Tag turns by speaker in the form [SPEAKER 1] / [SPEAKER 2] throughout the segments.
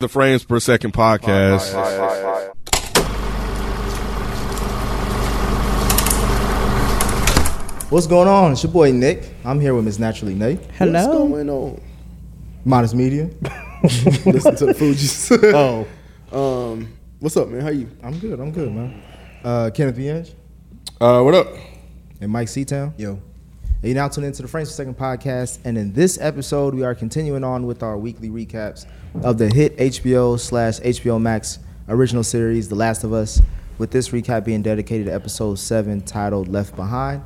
[SPEAKER 1] The Frames Per Second podcast.
[SPEAKER 2] What's going on? It's your boy Nick. I'm here with Miss Naturally Nay,
[SPEAKER 3] Hello.
[SPEAKER 4] What's going on?
[SPEAKER 2] Modest Media.
[SPEAKER 4] Listen to the Fugees.
[SPEAKER 2] Oh,
[SPEAKER 4] um, what's up, man? How you?
[SPEAKER 2] I'm good. I'm good, man. Uh, Kenneth Bienge
[SPEAKER 1] Uh, what up?
[SPEAKER 2] and Mike Seatown. Yo. You now tune into the Frames Per Second podcast, and in this episode, we are continuing on with our weekly recaps of the hit HBO slash HBO Max original series, The Last of Us. With this recap being dedicated to episode seven, titled "Left Behind."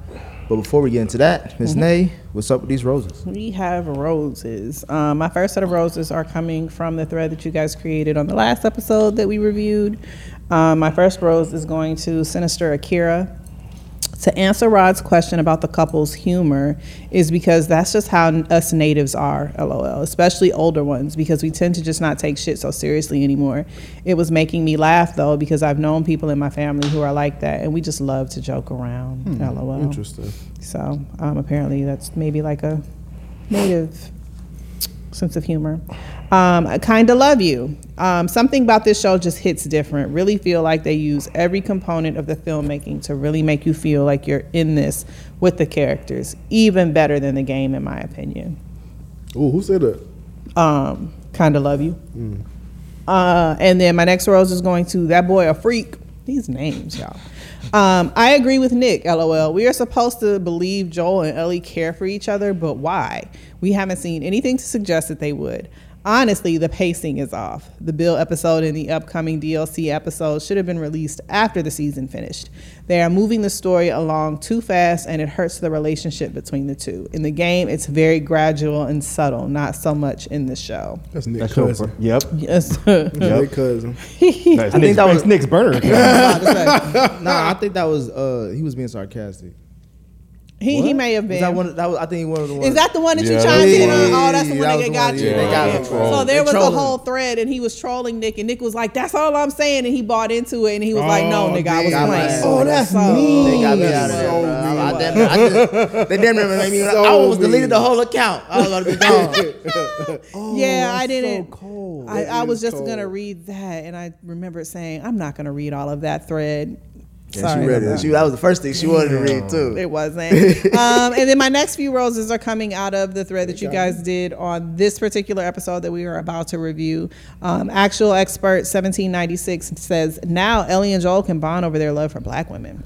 [SPEAKER 2] But before we get into that, Miss Nay, what's up with these roses?
[SPEAKER 3] We have roses. Um, my first set of roses are coming from the thread that you guys created on the last episode that we reviewed. Um, my first rose is going to Sinister Akira. To answer Rod's question about the couple's humor is because that's just how us natives are, lol, especially older ones, because we tend to just not take shit so seriously anymore. It was making me laugh though, because I've known people in my family who are like that, and we just love to joke around, lol.
[SPEAKER 4] Interesting.
[SPEAKER 3] So um, apparently, that's maybe like a native sense of humor. Um, I kind of love you. Um, something about this show just hits different. Really feel like they use every component of the filmmaking to really make you feel like you're in this with the characters, even better than the game, in my opinion.
[SPEAKER 4] Ooh, who said that?
[SPEAKER 3] Um, kind of love you. Uh, and then my next rose is going to that boy a freak. These names, y'all. Um, I agree with Nick. LOL. We are supposed to believe Joel and Ellie care for each other, but why? We haven't seen anything to suggest that they would. Honestly, the pacing is off. The Bill episode and the upcoming DLC episode should have been released after the season finished. They are moving the story along too fast and it hurts the relationship between the two. In the game, it's very gradual and subtle, not so much in the show.
[SPEAKER 4] That's Nick cousin.
[SPEAKER 5] Yep.
[SPEAKER 3] Yes.
[SPEAKER 4] That's Nick cousin.
[SPEAKER 5] I think that was Nick's burner. account.
[SPEAKER 2] nah, I think that was uh, he was being sarcastic.
[SPEAKER 3] He, he may have
[SPEAKER 2] Is
[SPEAKER 3] been.
[SPEAKER 2] that one? That was, I think he one of the ones.
[SPEAKER 3] Is that the one that you
[SPEAKER 1] Yeah,
[SPEAKER 3] chimed
[SPEAKER 1] that's
[SPEAKER 3] in
[SPEAKER 1] the
[SPEAKER 3] on?
[SPEAKER 2] one.
[SPEAKER 3] Oh, that's the
[SPEAKER 2] Yeah,
[SPEAKER 3] one
[SPEAKER 2] that
[SPEAKER 3] that,
[SPEAKER 2] was the
[SPEAKER 3] got
[SPEAKER 2] one,
[SPEAKER 3] you.
[SPEAKER 2] yeah,
[SPEAKER 1] they got him
[SPEAKER 3] Yeah.
[SPEAKER 1] trolled.
[SPEAKER 3] So there
[SPEAKER 2] They
[SPEAKER 3] was a
[SPEAKER 2] trolled
[SPEAKER 3] whole thread, and he was trolling Nick, and Nick was like, "That's all I'm saying," and he bought into it, and he was like, "No, nigga, I was
[SPEAKER 2] damn.
[SPEAKER 3] playing."
[SPEAKER 2] Oh,
[SPEAKER 4] that's
[SPEAKER 3] me.
[SPEAKER 4] mean.
[SPEAKER 2] They got me
[SPEAKER 4] That's
[SPEAKER 2] out of there,
[SPEAKER 4] so
[SPEAKER 2] bro. I,
[SPEAKER 3] mean.
[SPEAKER 2] damn near- I just, they damn near made me. I almost
[SPEAKER 4] mean.
[SPEAKER 2] deleted the whole account. I was gonna be gone.
[SPEAKER 3] yeah, I didn't. I, I
[SPEAKER 4] It
[SPEAKER 3] was
[SPEAKER 4] is
[SPEAKER 3] just
[SPEAKER 4] cold.
[SPEAKER 3] gonna read that, and I remembered saying, "I'm not gonna read all of that thread."
[SPEAKER 2] she
[SPEAKER 3] Sorry.
[SPEAKER 2] read it. She, that was the first thing she wanted to read
[SPEAKER 3] It
[SPEAKER 2] too.
[SPEAKER 3] wasn't. um, and then my next few roses are coming out of the thread that you guys did on this particular episode that we are about to review. Um, Actual expert 1796 says now Ellie and Joel can bond over their love for black women.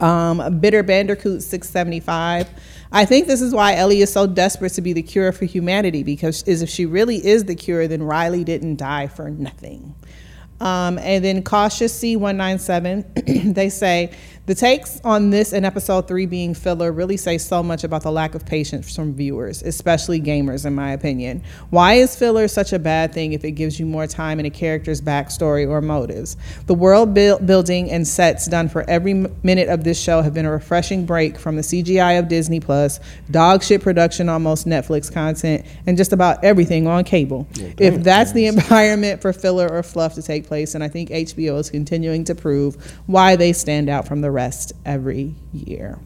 [SPEAKER 3] Um, Bitter Bandicoot 675. I think this is why Ellie is so desperate to be the cure for humanity because is if she really is the cure, then Riley didn't die for nothing. Um, and then Cautious C197, they say the takes on this and episode three being filler really say so much about the lack of patience from viewers, especially gamers, in my opinion. Why is filler such a bad thing if it gives you more time in a character's backstory or motives? The world build- building and sets done for every m- minute of this show have been a refreshing break from the CGI of Disney Plus, dog shit production on most Netflix content, and just about everything on cable. if that's the environment for filler or fluff to take place, and I think HBO is continuing to prove why they stand out from the rest every year.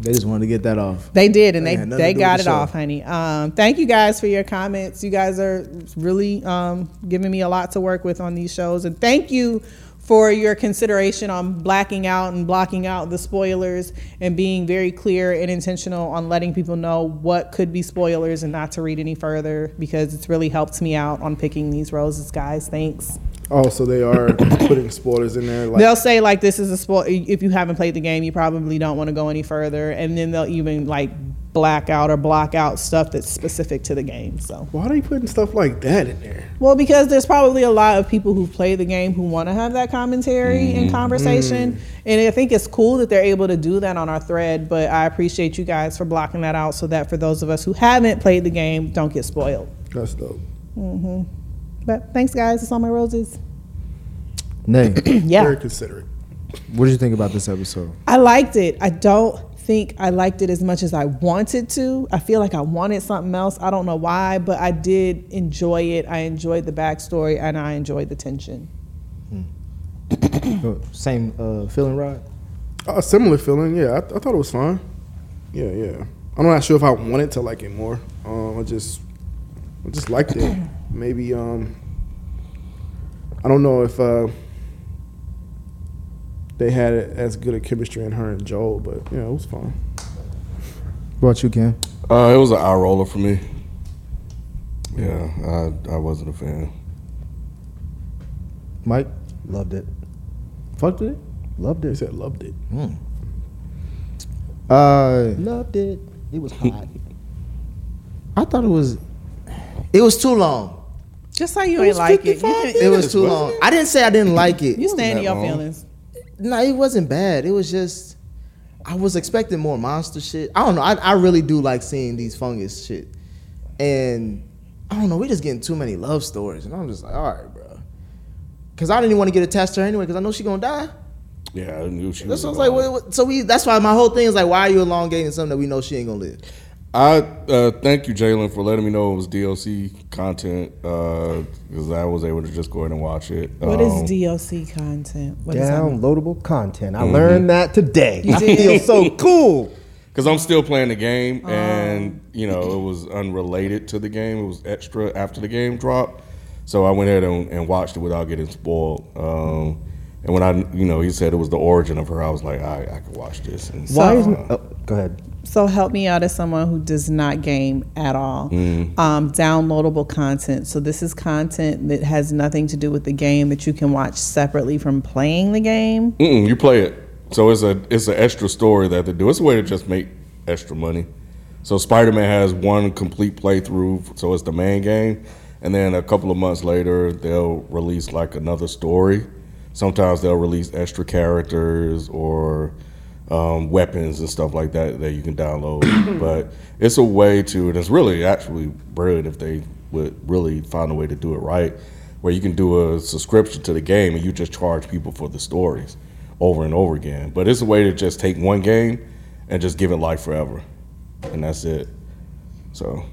[SPEAKER 2] They just wanted to get that off.
[SPEAKER 3] They did, and
[SPEAKER 2] They
[SPEAKER 3] they
[SPEAKER 2] had nothing
[SPEAKER 3] they
[SPEAKER 2] to do
[SPEAKER 3] got
[SPEAKER 2] with
[SPEAKER 3] it
[SPEAKER 2] the show.
[SPEAKER 3] off, honey. Um, thank you guys for your comments. You guys are really um, giving me a lot to work with on these shows, and thank you for your consideration on blacking out and blocking out the spoilers and being very clear and intentional on letting people know what could be spoilers and not to read any further because it's really helped me out on picking these roses, guys. Thanks.
[SPEAKER 4] Oh, so they are putting spoilers in there. Like,
[SPEAKER 3] They'll say like this is a spoil. If you haven't played the game, you probably don't want to go any further, and then they'll even like black out or block out stuff that's specific to the game. So,
[SPEAKER 4] why are they putting stuff like that in there?
[SPEAKER 3] well, because there's probably a lot of people who play the game who want to have that commentary and conversation, and I think it's cool that they're able to do that on our thread. But I appreciate you guys for blocking that out so that for those of us who haven't played the game, don't get spoiled.
[SPEAKER 4] That's dope.
[SPEAKER 3] But thanks, guys. It's all my roses.
[SPEAKER 2] Nay,
[SPEAKER 3] Yeah.
[SPEAKER 4] Very considerate.
[SPEAKER 2] what did you think about this episode?
[SPEAKER 3] I liked it. I don't think I liked it as much as I wanted to. I feel like I wanted something else. I don't know why, but I did enjoy it. I enjoyed the backstory and I enjoyed the tension.
[SPEAKER 2] Uh, Same uh, feeling, Rod.
[SPEAKER 4] A similar feeling. Yeah, I, I thought it was fine. Yeah, yeah. I'm not sure if I wanted to like it more. Um, I just, I just liked it. Maybe um, I don't know if uh, they had as good a chemistry in her and Joel, but you know it was fun.
[SPEAKER 2] What about you, Cam?
[SPEAKER 1] Uh, it was an eye roller for me. Yeah, I I wasn't a fan.
[SPEAKER 2] Mike?
[SPEAKER 5] Loved it.
[SPEAKER 2] Fucked with it?
[SPEAKER 5] Loved
[SPEAKER 4] They
[SPEAKER 5] it.
[SPEAKER 4] said loved it.
[SPEAKER 2] Uh,
[SPEAKER 5] Loved it. It was hot.
[SPEAKER 2] I thought it was. It was too long.
[SPEAKER 3] Just how you ain't like it. You, can-
[SPEAKER 2] It was too long. I didn't say I didn't like it.
[SPEAKER 3] you stand in
[SPEAKER 1] that
[SPEAKER 3] your
[SPEAKER 1] long.
[SPEAKER 3] feelings.
[SPEAKER 2] No, it wasn't bad. It was just I was expecting more monster shit. I don't know. I, I really do like seeing these fungus shit. And I don't know, we just getting too many love stories. And I'm just like, all right, bro. Cause I didn't even want to get attached to her anyway, because I know she gonna die.
[SPEAKER 1] Yeah, I knew she.
[SPEAKER 2] That's
[SPEAKER 1] was
[SPEAKER 2] what I was like,
[SPEAKER 1] gone.
[SPEAKER 2] what, what- so we that's why my whole thing is like, why are you elongating something that we know she ain't gonna live?
[SPEAKER 1] I uh, thank you, Jalen, for letting me know it was DLC content because I was able to just go ahead and watch it.
[SPEAKER 3] What is
[SPEAKER 1] Um,
[SPEAKER 3] DOC content? What is that?
[SPEAKER 5] Downloadable content. I learned that today.
[SPEAKER 3] You
[SPEAKER 5] I
[SPEAKER 3] did?
[SPEAKER 5] feel so cool.
[SPEAKER 1] Because I'm still playing the game, and you know it was unrelated to the game. It was extra after the game dropped, so I went ahead and, and watched it without getting spoiled. Um, and when I, you know, he said it was the origin of her, I was like, I, I could watch this. And
[SPEAKER 5] Why
[SPEAKER 3] So-
[SPEAKER 5] isn't? Oh, go ahead.
[SPEAKER 3] So help me out as someone who does not game at all.
[SPEAKER 1] Mm.
[SPEAKER 3] Um, downloadable content. So this is content that has nothing to do with the game that you can watch separately from playing the game.
[SPEAKER 1] Mm-mm, you play it, so it's a it's an extra story that they do. It's a way to just make extra money. So Spider Man has one complete playthrough, so it's the main game, and then a couple of months later they'll release like another story. Sometimes they'll release extra characters or um, weapons and stuff like that that you can download. but it's a way to, and it's really actually brilliant if they would really find a way to do it right, where you can do a subscription to the game and you just charge people for the stories over and over again. But it's a way to just take one game and just give it life forever, and that's it. So,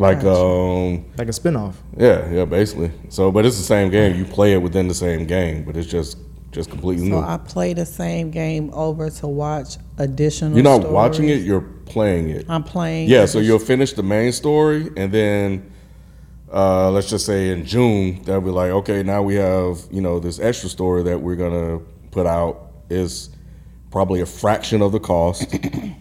[SPEAKER 1] like, um,
[SPEAKER 2] Like a spinoff.
[SPEAKER 1] yeah, yeah, basically. So, but it's the same game. You play it within the same game, but it's just just completely
[SPEAKER 3] So
[SPEAKER 1] new.
[SPEAKER 3] I play the same game over to watch additional.
[SPEAKER 1] You're not
[SPEAKER 3] stories.
[SPEAKER 1] watching it; you're playing it.
[SPEAKER 3] I'm playing.
[SPEAKER 1] Yeah, so you'll finish the main story, and then uh, let's just say in June, they'll be like, okay, now we have you know this extra story that we're gonna put out is probably a fraction of the cost.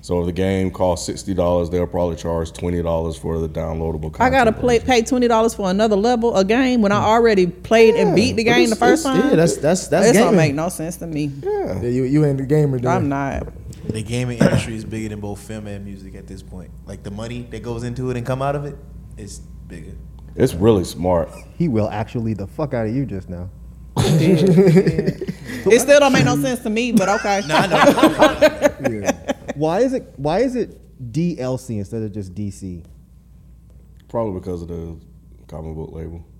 [SPEAKER 1] so if the game costs sixty dollars, they'll probably charge twenty dollars for the downloadable. Content
[SPEAKER 3] I gotta play, pay twenty dollars for another level a game
[SPEAKER 1] Mm.
[SPEAKER 3] when I already played and beat the
[SPEAKER 2] Yeah,
[SPEAKER 3] game the
[SPEAKER 2] but it's-
[SPEAKER 3] first time.
[SPEAKER 2] Yeah, that's that's that's
[SPEAKER 3] this don't
[SPEAKER 2] gaming.
[SPEAKER 3] make no sense to me.
[SPEAKER 2] Yeah, you you ain't the gamer dude.
[SPEAKER 3] I'm not.
[SPEAKER 6] The gaming industry is bigger than both film and music at this point. Like the money that goes into it and come out of it, it's bigger.
[SPEAKER 1] It's really smart.
[SPEAKER 5] He will actually the fuck out of you just now.
[SPEAKER 3] It still don't make no sense to me, but okay.
[SPEAKER 6] No, I know.
[SPEAKER 5] Why is it? Why is it DLC instead of just DC?
[SPEAKER 1] Probably because of the comic book label.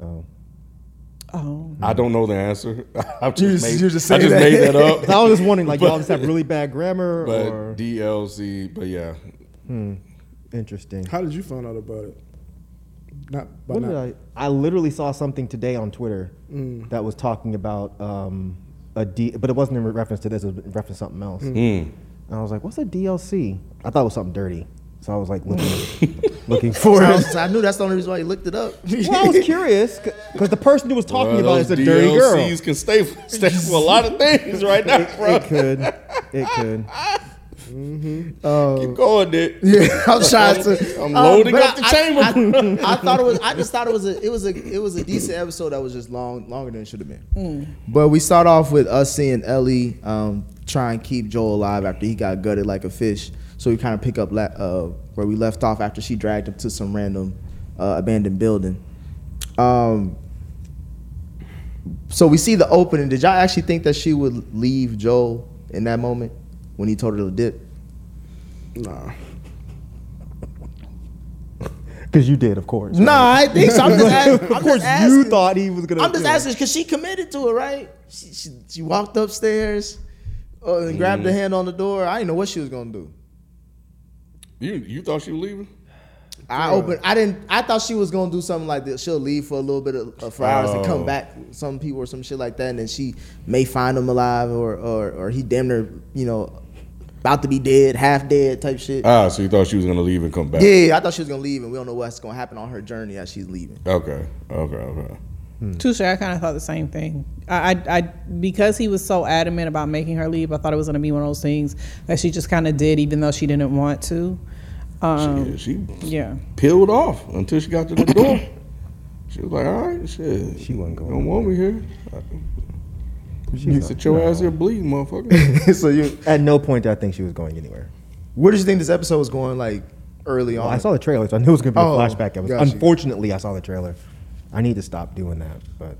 [SPEAKER 5] Oh,
[SPEAKER 3] Oh,
[SPEAKER 1] I don't know the answer. I've just,
[SPEAKER 4] You just-
[SPEAKER 1] made,
[SPEAKER 4] you just
[SPEAKER 1] I
[SPEAKER 4] say
[SPEAKER 1] just
[SPEAKER 4] that.
[SPEAKER 1] made that up.
[SPEAKER 5] I was just wondering, like, y'all just have really bad grammar
[SPEAKER 1] But
[SPEAKER 5] or
[SPEAKER 1] DLC, but yeah,
[SPEAKER 5] interesting.
[SPEAKER 4] How did you find out about it? Not by
[SPEAKER 5] What
[SPEAKER 4] not.
[SPEAKER 5] did I? I literally saw something today on Twitter
[SPEAKER 2] Mm.
[SPEAKER 5] that was talking about um, a D, but it wasn't in reference to this. It was in reference to something else.
[SPEAKER 2] Mm.
[SPEAKER 5] And I was like, "What's a DLC?" I thought it was something dirty, so I was like looking, looking for
[SPEAKER 2] I,
[SPEAKER 5] it.
[SPEAKER 2] was- I knew that's the only reason why you looked it up.
[SPEAKER 5] Well, I was curious because the person who was talking
[SPEAKER 1] Well,
[SPEAKER 5] about it
[SPEAKER 1] those
[SPEAKER 5] is a dirty girl.
[SPEAKER 1] DLCs can stay, stay for a lot of things right now, bro.
[SPEAKER 5] It could, it could.
[SPEAKER 1] Keep going, Dick.
[SPEAKER 2] Yeah, I'm trying to. Um,
[SPEAKER 1] I'm loading
[SPEAKER 2] but
[SPEAKER 1] up the chamber,
[SPEAKER 2] I, I, thought it was. I just thought it was a. It was a. It was a decent episode that was just long, longer than it should have been. But we start off with us seeing Ellie um, try and keep Joel alive after he got gutted like a fish. So we kind of pick up la- uh, where we left off after she dragged him to some random uh, abandoned building. Um, so we see the opening. Did y'all actually think that she would leave Joel in that moment when he told her to dip?
[SPEAKER 4] Nah.
[SPEAKER 5] Because you did, of course.
[SPEAKER 2] Nah, I think so. I'm just asking.
[SPEAKER 5] of course, you thought he was gonna.
[SPEAKER 2] I'm just
[SPEAKER 5] yeah.
[SPEAKER 2] asking because she committed to it, right? She, she, she walked upstairs uh,
[SPEAKER 5] Mm-hmm.
[SPEAKER 2] and grabbed the hand on the door. I didn't know what she was gonna do.
[SPEAKER 1] You you thought she was leaving?
[SPEAKER 2] I opened. I didn't. I thought she was gonna do something like this. She'll leave for a little bit of uh, for hours and come
[SPEAKER 1] Oh.
[SPEAKER 2] back. Some people or some shit like that, and then she may find him alive or or or he damn near you know about to be dead, half dead type shit.
[SPEAKER 5] Uh.
[SPEAKER 1] Ah, so you thought she was gonna leave and come back?
[SPEAKER 2] yeah, I thought she was gonna leave, and we don't know what's gonna happen on her journey as she's leaving.
[SPEAKER 1] Okay, okay, okay.
[SPEAKER 3] Touche. I kind of thought the same thing. I, I, I, because he was so adamant about making her leave, I thought it was going to be one of those things that she just kind of did, even though she didn't want to. Um,
[SPEAKER 1] Shit, she
[SPEAKER 3] yeah.
[SPEAKER 1] peeled off until she got to the door. She was like, "All right, shit,
[SPEAKER 5] She wasn't going
[SPEAKER 1] Don't want me here. You sit your ass here bleeding, motherfucker."
[SPEAKER 2] so you,
[SPEAKER 5] At no point did I think she was going anywhere.
[SPEAKER 2] where did you think this episode was going? Like early on.
[SPEAKER 5] I saw the trailer, so I knew it was going to be a
[SPEAKER 2] Oh,
[SPEAKER 5] flashback episode.
[SPEAKER 2] got you.
[SPEAKER 5] Unfortunately, I saw the trailer. I need to stop doing that, but.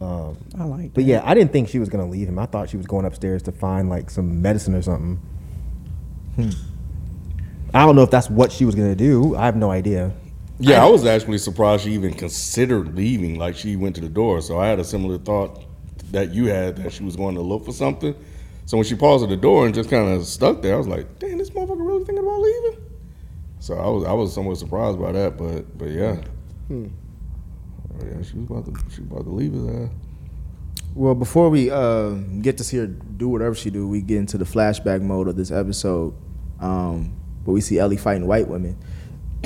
[SPEAKER 5] Um,
[SPEAKER 3] I like
[SPEAKER 5] but yeah, I didn't think she was going to leave him. I thought she was going upstairs to find like some medicine or something. I don't know if that's what she was going to do. I have no idea.
[SPEAKER 1] yeah, I was actually surprised she even considered leaving. Like she went to the door, so I had a similar thought that you had that she was going to look for something. So when she paused at the door and just kind of stuck there, I was like, "Damn, this motherfucker really thinking about leaving." So I was I was somewhat surprised by that, but but yeah. Oh, Yeah, she was about to she was about to leave uh, his ass.
[SPEAKER 2] Well, before we uh, get to see her do whatever she do, we get into the flashback mode of this episode, um, where we see Ellie fighting white women.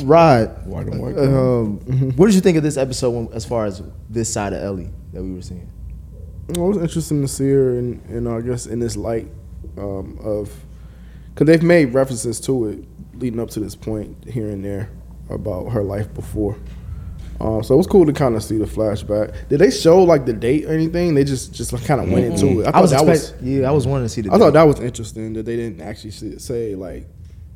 [SPEAKER 2] Rod,
[SPEAKER 1] White and white.
[SPEAKER 2] um, what did you think of this episode when, as far as this side of Ellie that we were seeing?
[SPEAKER 4] Well, it was interesting to see her, and you know, I guess in this light um, of because they've made references to it leading up to this point here and there about her life before. Uh, so it was cool to kind of see the flashback. Did they show like the date or anything? They just just kind of went into it. I thought that was
[SPEAKER 2] expect- yeah, I was wanting to see the.
[SPEAKER 4] I thought that was interesting that they didn't actually see- say like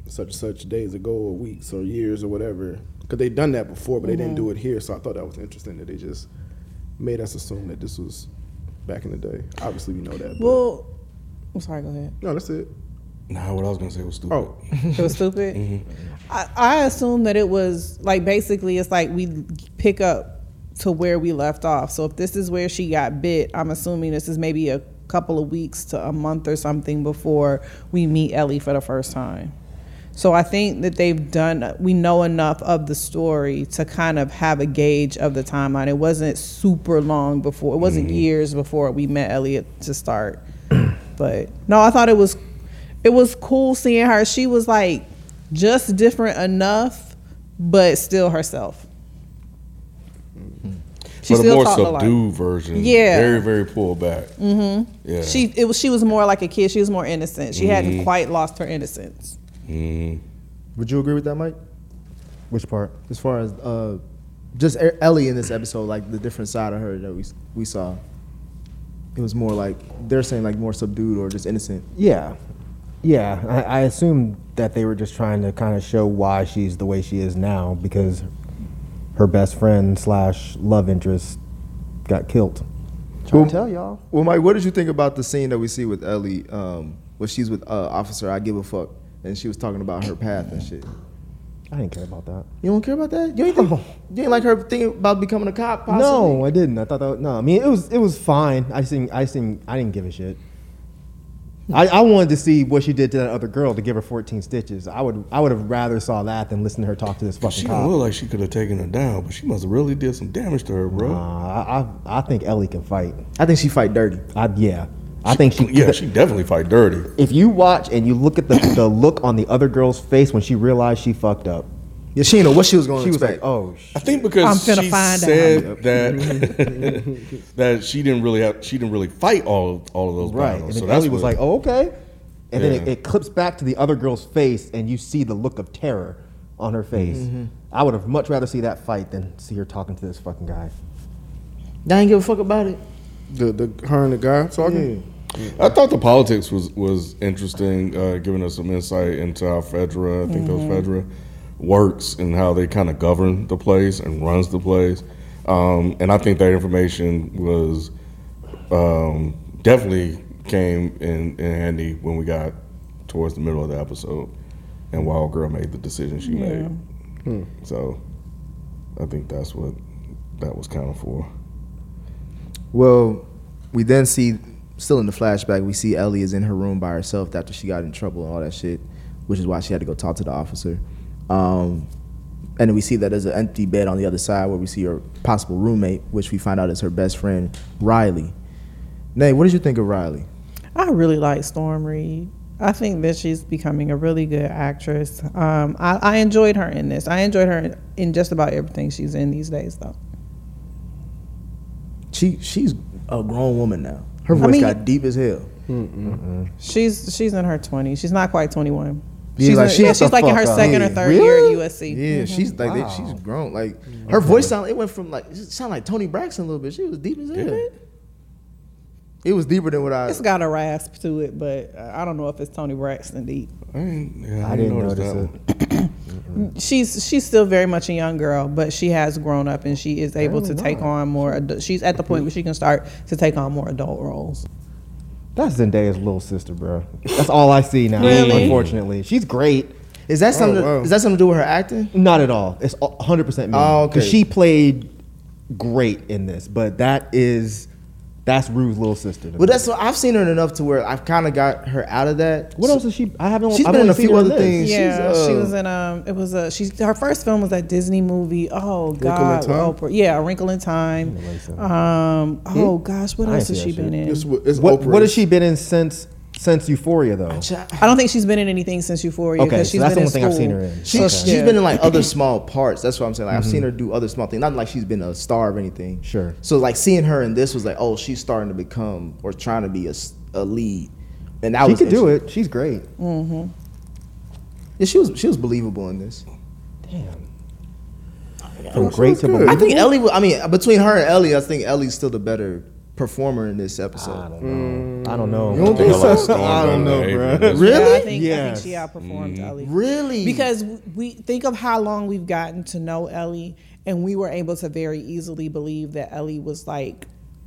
[SPEAKER 4] such and such days ago or weeks or years or whatever because they done that before but they didn't
[SPEAKER 5] Mm-hmm.
[SPEAKER 4] do it here. So I thought that was interesting that they just made us assume that this was back in the day. Obviously, we know that. but-
[SPEAKER 3] Well, I'm sorry. Go ahead.
[SPEAKER 4] no, that's it.
[SPEAKER 1] Nah, what I was gonna say was stupid.
[SPEAKER 4] Oh,
[SPEAKER 3] It was stupid. I, I assume that it was like basically it's like we pick up to where we left off. So if this is where she got bit, I'm assuming this is maybe a couple of weeks to a month or something before we meet Ellie for the first time. So I think that they've done we know enough of the story to kind of have a gauge of the timeline. It wasn't super long before. It wasn't years before we met Elliot to start. but no, I thought it was it was cool seeing her. She was like just different enough, but still herself. She
[SPEAKER 1] but a
[SPEAKER 3] still
[SPEAKER 1] more
[SPEAKER 3] talked a lot.
[SPEAKER 1] subdued version.
[SPEAKER 3] Yeah.
[SPEAKER 1] Very, very pulled back. Mm-hmm. Yeah.
[SPEAKER 3] She it was she was more like a kid. She was more innocent. She hadn't
[SPEAKER 1] Mm-hmm.
[SPEAKER 3] quite lost her innocence.
[SPEAKER 2] Would you agree with that, Mike?
[SPEAKER 5] Which part?
[SPEAKER 2] As far as uh, just E- Ellie in this episode, like the different side of her that we we saw. It was more like they're saying like more subdued or just innocent.
[SPEAKER 5] Yeah. Yeah. I, I assume that they were just trying to kind of show why she's the way she is now because her best friend slash love interest got killed. Trying to tell y'all.
[SPEAKER 2] Well, Mike, what did you think about the scene that we see with Ellie um, when she's with uh, Officer I Give a Fuck and she was talking about her path and shit?
[SPEAKER 5] I didn't care about that.
[SPEAKER 2] You don't care about that? You ain't, think, you ain't like her thinking about becoming a cop? Possibly?
[SPEAKER 5] Oh. No, I didn't. I thought that. No, I mean it was it was fine. I just didn't. I just didn't. I didn't give a shit. I, I wanted to see what she did to that other girl to give her 14 stitches. I would I would have rather saw that than listen to her talk to this fucking
[SPEAKER 1] She
[SPEAKER 5] cop.
[SPEAKER 1] don't look like she could have taken her down, but she must have really did some damage to her, bro.
[SPEAKER 5] Nah, I, I I think Ellie can fight.
[SPEAKER 2] I think she fight dirty.
[SPEAKER 5] I yeah. I think she.
[SPEAKER 1] Yeah, she definitely fight dirty.
[SPEAKER 5] If you watch and you look at the, the look on the other girl's face when she realized she fucked up,
[SPEAKER 2] Yeah, she didn't know what she was going to
[SPEAKER 5] she was
[SPEAKER 2] expect.
[SPEAKER 5] like, "Oh sh-.
[SPEAKER 1] I think because
[SPEAKER 3] I'm finna
[SPEAKER 1] she
[SPEAKER 3] find out.
[SPEAKER 1] said that that she didn't really have she didn't really fight all of, all of those
[SPEAKER 5] right," and
[SPEAKER 1] battles.
[SPEAKER 5] then
[SPEAKER 1] so that's
[SPEAKER 5] Ellie was
[SPEAKER 1] what-
[SPEAKER 5] like, "Oh okay," and then it,
[SPEAKER 1] Yeah.
[SPEAKER 5] it clips back to the other girl's face and you see the look of terror on her face.
[SPEAKER 2] Mm-hmm.
[SPEAKER 5] I would have much rather see that fight than see her talking to this fucking guy.
[SPEAKER 2] I ain't give a fuck about it.
[SPEAKER 4] the the her and the guy talking.
[SPEAKER 1] I thought the politics was was interesting, uh, giving us some insight into how Fedra, I think that was Fedra, works and how they kind of govern the place and runs the place. Um, and I think that information was um, definitely came in, in handy when we got towards the middle of the episode, and Wild Girl made the decision she made. Hmm. So I think that's what that was kind of for.
[SPEAKER 2] Well, we then see, still in the flashback, we see Ellie is in her room by herself after she got in trouble and all that shit, which is why she had to go talk to the officer. Um, and then we see that there's an empty bed on the other side where we see her possible roommate, which we find out is her best friend, Riley. Nay, what did you think of Riley?
[SPEAKER 3] I really like Storm Reed. I think that she's becoming a really good actress. Um, I, I enjoyed her in this. I enjoyed her in, in just about everything she's in these days, though.
[SPEAKER 2] She she's a grown woman now. Her
[SPEAKER 3] I
[SPEAKER 2] voice
[SPEAKER 3] mean-
[SPEAKER 2] got deep as hell.
[SPEAKER 3] She's she's in her twenties. She's not quite twenty one.
[SPEAKER 2] Yeah,
[SPEAKER 3] She's
[SPEAKER 2] like,
[SPEAKER 3] in,
[SPEAKER 2] shut
[SPEAKER 3] yeah,
[SPEAKER 2] the
[SPEAKER 3] she's like in
[SPEAKER 2] fuck
[SPEAKER 3] her
[SPEAKER 2] up.
[SPEAKER 3] second or
[SPEAKER 2] Yeah.
[SPEAKER 3] third year at USC.
[SPEAKER 2] Yeah, she's
[SPEAKER 3] Mm-hmm.
[SPEAKER 2] like they- she's grown. Like her voice sound it went from like it sound like Tony Braxton a little bit. She was deep as hell. It? was deeper than what I.
[SPEAKER 3] It's got a rasp to it, but uh, I don't know if it's Tony Braxton deep.
[SPEAKER 1] I, ain't, yeah, I,
[SPEAKER 5] I didn't notice
[SPEAKER 1] that
[SPEAKER 5] it.
[SPEAKER 1] one.
[SPEAKER 3] She's she's still very much a young girl, but she has grown up and she is able to take on more. Adu- she's at the point where she can start to take on more adult roles.
[SPEAKER 5] That's Zendaya's little sister, bro. That's all I see now.
[SPEAKER 3] Really?
[SPEAKER 5] Unfortunately, she's great.
[SPEAKER 2] Is
[SPEAKER 3] Oh,
[SPEAKER 2] that something?
[SPEAKER 4] wow.
[SPEAKER 2] Is that something to do with her acting?
[SPEAKER 5] Not at all. It's 100 percent me.
[SPEAKER 2] Oh, okay.
[SPEAKER 5] Because she played great in this, but that is that's Rue's little sister. to
[SPEAKER 2] Well,
[SPEAKER 5] me.
[SPEAKER 2] that's what I've seen her in enough to where I've kind of got her out of that.
[SPEAKER 5] what else is she? I haven't.
[SPEAKER 2] She's
[SPEAKER 5] I've
[SPEAKER 2] been in
[SPEAKER 5] only
[SPEAKER 2] a
[SPEAKER 5] seen
[SPEAKER 2] few
[SPEAKER 5] her in
[SPEAKER 2] other
[SPEAKER 5] this.
[SPEAKER 2] things.
[SPEAKER 3] Yeah,
[SPEAKER 2] She's,
[SPEAKER 3] she
[SPEAKER 2] uh,
[SPEAKER 3] was in um. It was a she's her first film was that Disney movie. Oh God,
[SPEAKER 4] Time?
[SPEAKER 3] Oprah. Yeah, A Wrinkle in Time. Um. Oh gosh, what
[SPEAKER 5] I
[SPEAKER 3] else
[SPEAKER 5] see
[SPEAKER 3] has
[SPEAKER 5] that
[SPEAKER 3] she been in?
[SPEAKER 4] It's, it's
[SPEAKER 5] What,
[SPEAKER 4] Oprah.
[SPEAKER 5] what has she been in since since Euphoria though?
[SPEAKER 3] I don't think she's been in anything since Euphoria.
[SPEAKER 5] Okay,
[SPEAKER 3] 'cause
[SPEAKER 5] so
[SPEAKER 3] she's
[SPEAKER 5] that's
[SPEAKER 3] been
[SPEAKER 5] the only
[SPEAKER 3] in
[SPEAKER 5] thing I've seen
[SPEAKER 3] school.
[SPEAKER 5] her in.
[SPEAKER 2] She,
[SPEAKER 3] So
[SPEAKER 2] has been in like other small parts. That's what I'm saying. Like I've seen her
[SPEAKER 3] Mm-hmm.
[SPEAKER 2] do other small things. Not like she's been a star of anything.
[SPEAKER 5] Sure.
[SPEAKER 2] So like seeing her in this was like, oh, she's starting to become or trying to be a, s- a lead, and that
[SPEAKER 5] She
[SPEAKER 2] was
[SPEAKER 5] could do it. She's great.
[SPEAKER 2] Yeah, she was she was believable in this.
[SPEAKER 5] From great to
[SPEAKER 2] I
[SPEAKER 5] believe.
[SPEAKER 2] think Ellie. wa- I mean, between her and Ellie, I think Ellie's still the better performer in this
[SPEAKER 5] I
[SPEAKER 2] episode.
[SPEAKER 5] don't know. I don't know.
[SPEAKER 1] I think I like Storm
[SPEAKER 4] I
[SPEAKER 1] better
[SPEAKER 4] don't know,
[SPEAKER 1] than Avery
[SPEAKER 4] bruh.
[SPEAKER 1] in this.
[SPEAKER 2] Really? Mm,
[SPEAKER 3] Yeah, I think, I
[SPEAKER 5] Yes.
[SPEAKER 3] think she outperformed Ellie.
[SPEAKER 2] Really?
[SPEAKER 3] Because we think of how long we've gotten to know Ellie, and we were able to very easily believe that Ellie was like,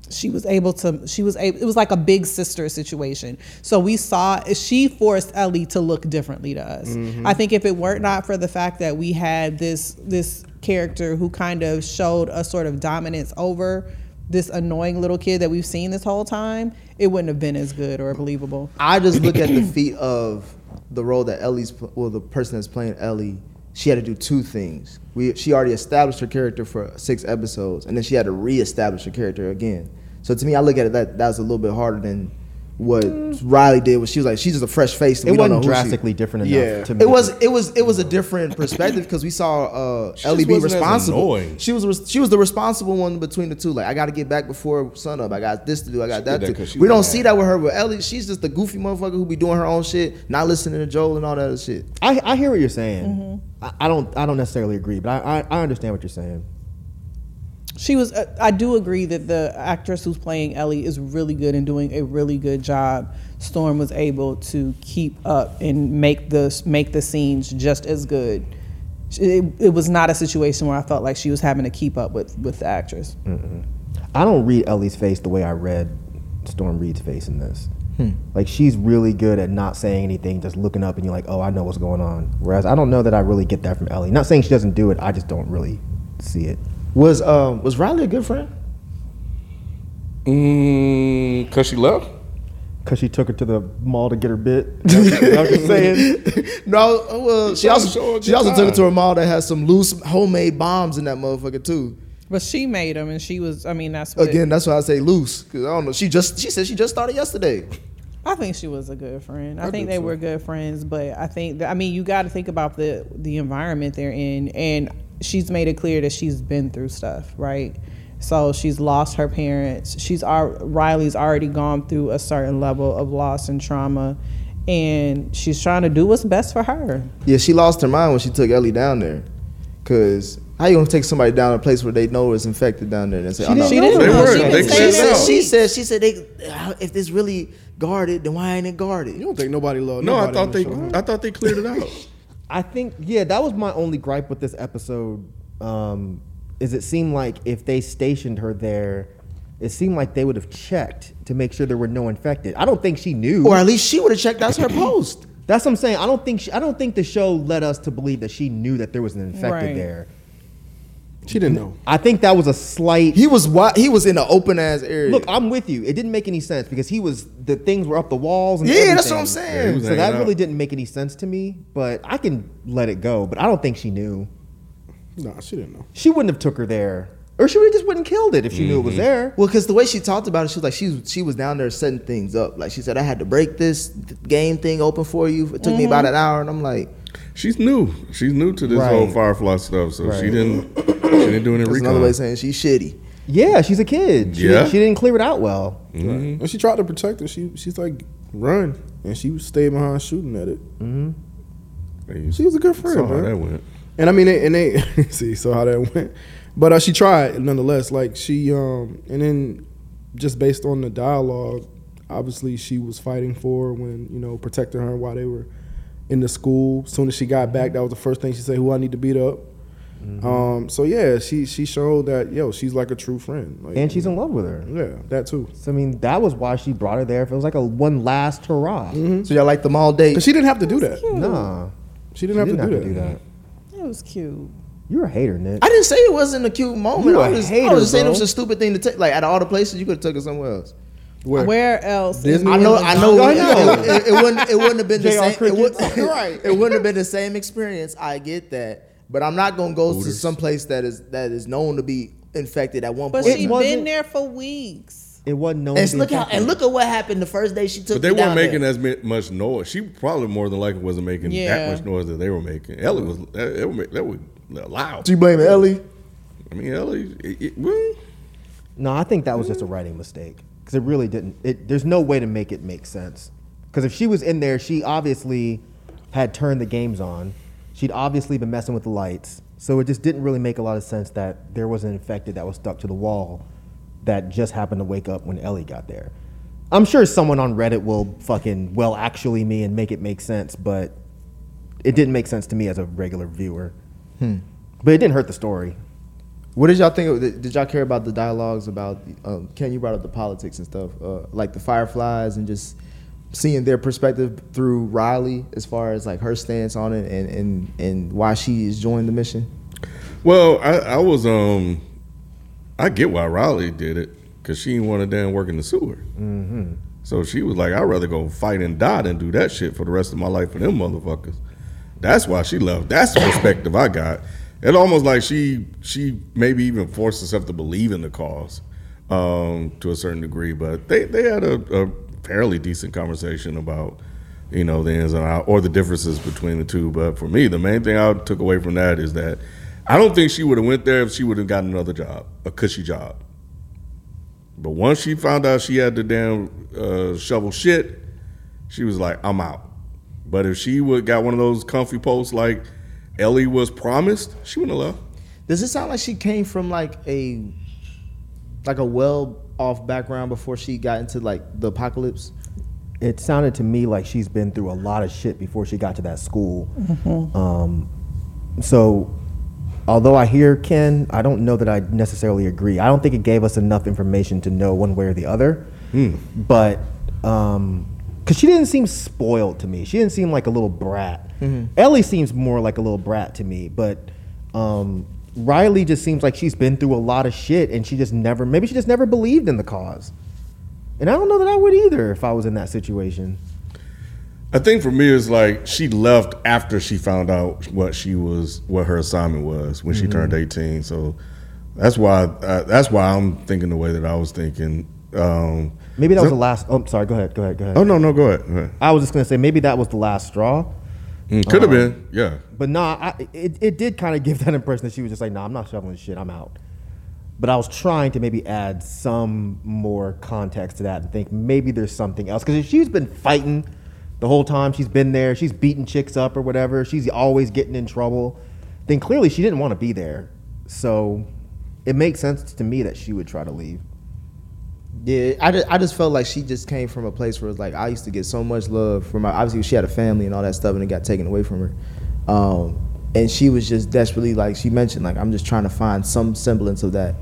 [SPEAKER 3] she was able to, she was able, it was like a big sister situation. So we saw, she forced Ellie to look differently to us. I think if it were not for the fact that we had this, this character who kind of showed a sort of dominance over this annoying little kid that we've seen this whole time, it wouldn't have been as good or believable.
[SPEAKER 2] I just look at the feat of the role that Ellie's, pl- well, the person that's playing Ellie, she had to do two things. We, she already established her character for six episodes, and then she had to reestablish her character again. So to me, I look at it that that's a little bit harder than what Riley did. When she was like, she's just a fresh face. And
[SPEAKER 5] It
[SPEAKER 2] we don't know
[SPEAKER 5] wasn't
[SPEAKER 2] who she-
[SPEAKER 5] drastically different enough
[SPEAKER 4] Yeah.
[SPEAKER 5] to me.
[SPEAKER 2] It was it was it was a different perspective because we saw uh,
[SPEAKER 1] just
[SPEAKER 2] Ellie be
[SPEAKER 1] wasn't as
[SPEAKER 2] responsible.
[SPEAKER 1] annoying.
[SPEAKER 2] She was res- she was the responsible one between the two. Like I got to get back before sunup. I got this to do. I got
[SPEAKER 1] She
[SPEAKER 2] that
[SPEAKER 1] did that
[SPEAKER 2] to.
[SPEAKER 1] 'cause she
[SPEAKER 2] do. We
[SPEAKER 1] was
[SPEAKER 2] don't
[SPEAKER 1] mad.
[SPEAKER 2] see that with her. With Ellie, she's just the goofy motherfucker who be doing her own shit, not listening to Joel and all that other shit.
[SPEAKER 5] I, I hear what you're saying.
[SPEAKER 3] Mm-hmm.
[SPEAKER 5] I, I don't I don't necessarily agree, but I, I, I understand what you're saying.
[SPEAKER 3] She was. Uh, I do agree that the actress who's playing Ellie is really good and doing a really good job. Storm was able to keep up and make the make the scenes just as good. She- It, it was not a situation where I felt like she was having to keep up with with the actress.
[SPEAKER 5] I don't read Ellie's face the way I read Storm Reed's face in this. Like she's really good at not saying anything, just looking up and you're like, oh, I know what's going on. Whereas I don't know that I really get that from Ellie. Not saying she doesn't do it, I just don't really see it.
[SPEAKER 2] Was um was Riley a good friend?
[SPEAKER 1] Mm, Cause she left.
[SPEAKER 5] Cause she took her to the mall to get her bit. I'm just saying.
[SPEAKER 2] no, uh, well she
[SPEAKER 1] thought
[SPEAKER 2] also
[SPEAKER 1] she showed
[SPEAKER 2] she
[SPEAKER 1] good
[SPEAKER 2] also took
[SPEAKER 1] time.
[SPEAKER 2] it to her mall that has some loose homemade bombs in that motherfucker too.
[SPEAKER 3] But she made them, and she was. I mean, that's what
[SPEAKER 2] Again, that's why I say loose because I don't know. She just she said she just started yesterday.
[SPEAKER 3] I think she was a good friend. I, think
[SPEAKER 4] do
[SPEAKER 3] they
[SPEAKER 4] too.
[SPEAKER 3] were good friends, but I think that, I mean you got to think about the the environment they're in, and she's made it clear that she's been through stuff, right? So she's lost her parents. She's al- Riley's already gone through a certain level of loss and trauma, and she's trying to do what's best for her.
[SPEAKER 2] Yeah, she lost her mind when she took Ellie down there. Cause how you gonna take somebody down a place where they know it's infected down there and say, oh, no.
[SPEAKER 5] didn't
[SPEAKER 3] She didn't
[SPEAKER 1] They
[SPEAKER 3] know.
[SPEAKER 1] were.
[SPEAKER 3] She
[SPEAKER 1] They
[SPEAKER 3] been
[SPEAKER 1] cleared
[SPEAKER 3] saying
[SPEAKER 1] it
[SPEAKER 3] that
[SPEAKER 1] out.
[SPEAKER 3] she-
[SPEAKER 2] said she said they uh, if it's really guarded, then why ain't it guarded?
[SPEAKER 4] You don't think nobody loved
[SPEAKER 1] No, I
[SPEAKER 4] nobody
[SPEAKER 1] thought they.
[SPEAKER 4] on the
[SPEAKER 1] I thought they cleared it out.
[SPEAKER 5] I think yeah, that was my only gripe with this episode. Um, is it seemed like if they stationed her there, it seemed like they would have checked to make sure there were no infected. I don't think she knew.
[SPEAKER 2] Or at least she would have checked that's her post.
[SPEAKER 5] That's what I'm saying. I don't think she, I don't think the show led us to believe that she knew that there was an infected
[SPEAKER 3] Right.
[SPEAKER 5] there.
[SPEAKER 4] show. She didn't know.
[SPEAKER 5] I think that was a slight.
[SPEAKER 2] He was wi- he was in an open ass area.
[SPEAKER 5] Look, I'm with you. It didn't make any sense because he was the things were up the walls. And
[SPEAKER 2] Yeah, that's what I'm
[SPEAKER 5] everything.
[SPEAKER 2] saying. Yeah, he
[SPEAKER 1] was
[SPEAKER 5] so
[SPEAKER 1] hanging
[SPEAKER 5] that really
[SPEAKER 1] out.
[SPEAKER 5] didn't make any sense to me. But I can let it go. But I don't think she knew.
[SPEAKER 4] Nah, she didn't know.
[SPEAKER 5] She wouldn't have took her there, or she would have just wouldn't killed it if she knew it was
[SPEAKER 2] Mm-hmm.
[SPEAKER 5] there.
[SPEAKER 2] well, cause the way she talked about it, she was like she was- she was down there setting things up. Like she said, I had to break this game thing open for you. It took me about an hour, and I'm like,
[SPEAKER 1] She's new. She's new to this
[SPEAKER 5] Right.
[SPEAKER 1] whole Firefly stuff, so
[SPEAKER 5] Right.
[SPEAKER 1] she didn't. She didn't do any
[SPEAKER 2] that's
[SPEAKER 1] recon.
[SPEAKER 2] another way of saying she's shitty.
[SPEAKER 5] Yeah, she's a kid. She,
[SPEAKER 1] Yeah.
[SPEAKER 5] didn't, she didn't clear it out well.
[SPEAKER 1] Mm-hmm.
[SPEAKER 4] And she tried to protect her. She she's like run, and she stayed behind shooting at it. She was a good friend,
[SPEAKER 1] Saw how
[SPEAKER 4] man.
[SPEAKER 1] that went.
[SPEAKER 4] And I mean, they, and they see so how that went, but uh, she tried nonetheless. Like she, um, and then just based on the dialogue, obviously she was fighting for when you know protecting her while they were in the school. soon as she got back, that was the first thing she said, "Who I need to beat up." Um, so yeah, she she showed that yo, she's like a true friend, like,
[SPEAKER 5] And she's in love with her.
[SPEAKER 4] yeah, that too.
[SPEAKER 5] So, I mean, that was why she brought her there. If it was like a one last hurrah.
[SPEAKER 2] So y'all like them all day.
[SPEAKER 4] Cause she didn't have to do that.
[SPEAKER 5] Nah.
[SPEAKER 4] She
[SPEAKER 5] You
[SPEAKER 4] didn't,
[SPEAKER 5] didn't
[SPEAKER 4] have, to, do
[SPEAKER 5] have to do that.
[SPEAKER 3] It was cute.
[SPEAKER 5] You're a hater, Nick.
[SPEAKER 2] I didn't say it wasn't a cute moment.
[SPEAKER 5] You
[SPEAKER 2] I
[SPEAKER 5] a
[SPEAKER 2] was, I
[SPEAKER 5] hater,
[SPEAKER 2] was just saying it was
[SPEAKER 5] bro.
[SPEAKER 2] a stupid thing to take. Like out of all the places, you could have took it somewhere else.
[SPEAKER 4] Where?
[SPEAKER 3] Where, else?
[SPEAKER 4] Disney?
[SPEAKER 2] I know, I know.
[SPEAKER 5] I
[SPEAKER 2] It,
[SPEAKER 5] know.
[SPEAKER 2] it- it- it wouldn't. It wouldn't have been the
[SPEAKER 5] JR
[SPEAKER 2] same. It, would,
[SPEAKER 5] Crickets.
[SPEAKER 2] right. it wouldn't have been the same experience. I get that, but I'm not gonna go to
[SPEAKER 1] Hooters.
[SPEAKER 2] some place that is that is known to be infected at one
[SPEAKER 3] But
[SPEAKER 2] point.
[SPEAKER 3] she
[SPEAKER 2] in
[SPEAKER 5] was-
[SPEAKER 2] time.
[SPEAKER 5] wasn't-
[SPEAKER 3] been there for weeks.
[SPEAKER 5] It wasn't known.
[SPEAKER 2] and
[SPEAKER 5] to be
[SPEAKER 2] look how
[SPEAKER 5] infected.
[SPEAKER 2] and look at what happened the first day she took.
[SPEAKER 1] But they
[SPEAKER 2] me
[SPEAKER 1] weren't
[SPEAKER 2] down
[SPEAKER 1] making
[SPEAKER 2] there.
[SPEAKER 1] as mi- much noise. She probably more than likely wasn't making
[SPEAKER 3] Yeah.
[SPEAKER 1] that much noise that they were making. Ellie was that, that, was, that was loud.
[SPEAKER 4] Do you blame Ellie?
[SPEAKER 1] I mean, Ellie, it, it, well,
[SPEAKER 5] No, I think that was just a writing mistake because it really didn't. It, there's no way to make it make sense because if she was in there, she obviously had turned the games on. She'd obviously been messing with the lights, so it just didn't really make a lot of sense that there was an infected that was stuck to the wall that just happened to wake up when Ellie got there. I'm sure someone on Reddit will fucking well actually me and make it make sense, but it didn't make sense to me as a regular viewer. But it didn't hurt the story.
[SPEAKER 2] Hmm. What did y'all think? Of, the- did y'all care about the dialogues about? Um, Ken, you brought up the politics and stuff, uh, like the Fireflies, and just seeing their perspective through Riley as far as like her stance on it and and and why she is joining the mission.
[SPEAKER 1] well, I, I was um, I get why Riley did it because she didn't want to damn work in the sewer. So she was like, I'd rather go fight and die than do that shit for the rest of my life for them motherfuckers. That's why she left. That's the perspective I got. It almost like she she maybe even forced herself to believe in the cause um, to a certain degree. But they they had a, a fairly decent conversation about you know the ins and outs or the differences between the two. But for me, the main thing I took away from that is that I don't think she would have went there if she would have gotten another job, a cushy job. But once she found out she had to damn uh, shovel shit, she was like, "I'm out." But if she would got one of those comfy posts like Ellie was promised, she wouldn't have left.
[SPEAKER 2] Does it sound like she came from like a like a well off background before she got into like the apocalypse?
[SPEAKER 5] it sounded to me like she's been through a lot of shit before she got to that school. Um, so, although I hear Ken, I don't know that I necessarily agree. I don't think it gave us enough information to know one way or the other. But, because she didn't seem spoiled to me, she didn't seem like a little brat. Ellie seems more like a little brat to me, but. Um, Riley just seems like she's been through a lot of shit and she just never, maybe she just never believed in the cause. And I don't know that I would either if I was in that situation.
[SPEAKER 1] I think for me it's like she left after she found out what she was, what her assignment was when she turned eighteen. So that's why uh, that's why I'm thinking the way that I was thinking. Um,
[SPEAKER 5] Maybe that was
[SPEAKER 1] So-
[SPEAKER 5] the last. Oh, sorry. Go ahead. Go ahead. Go ahead.
[SPEAKER 1] oh no, no, go ahead. Go ahead.
[SPEAKER 5] I was just gonna say maybe that was the last straw.
[SPEAKER 1] Mm, Could have been, yeah.
[SPEAKER 5] But nah, I, it, it did kind of give that impression that she was just like, nah, I'm not shoveling shit. I'm out. But I was trying to maybe add some more context to that and think maybe there's something else. Because she's been fighting the whole time. She's been there. She's beating chicks up or whatever. She's always getting in trouble. Then clearly she didn't want to be there. So it makes sense to me that she would try to leave.
[SPEAKER 2] Yeah, I just, I just felt like she just came from a place where it's like I used to get so much love from my obviously she had a family and all that stuff and it got taken away from her, um, and she was just desperately like she mentioned like I'm just trying to find some semblance of that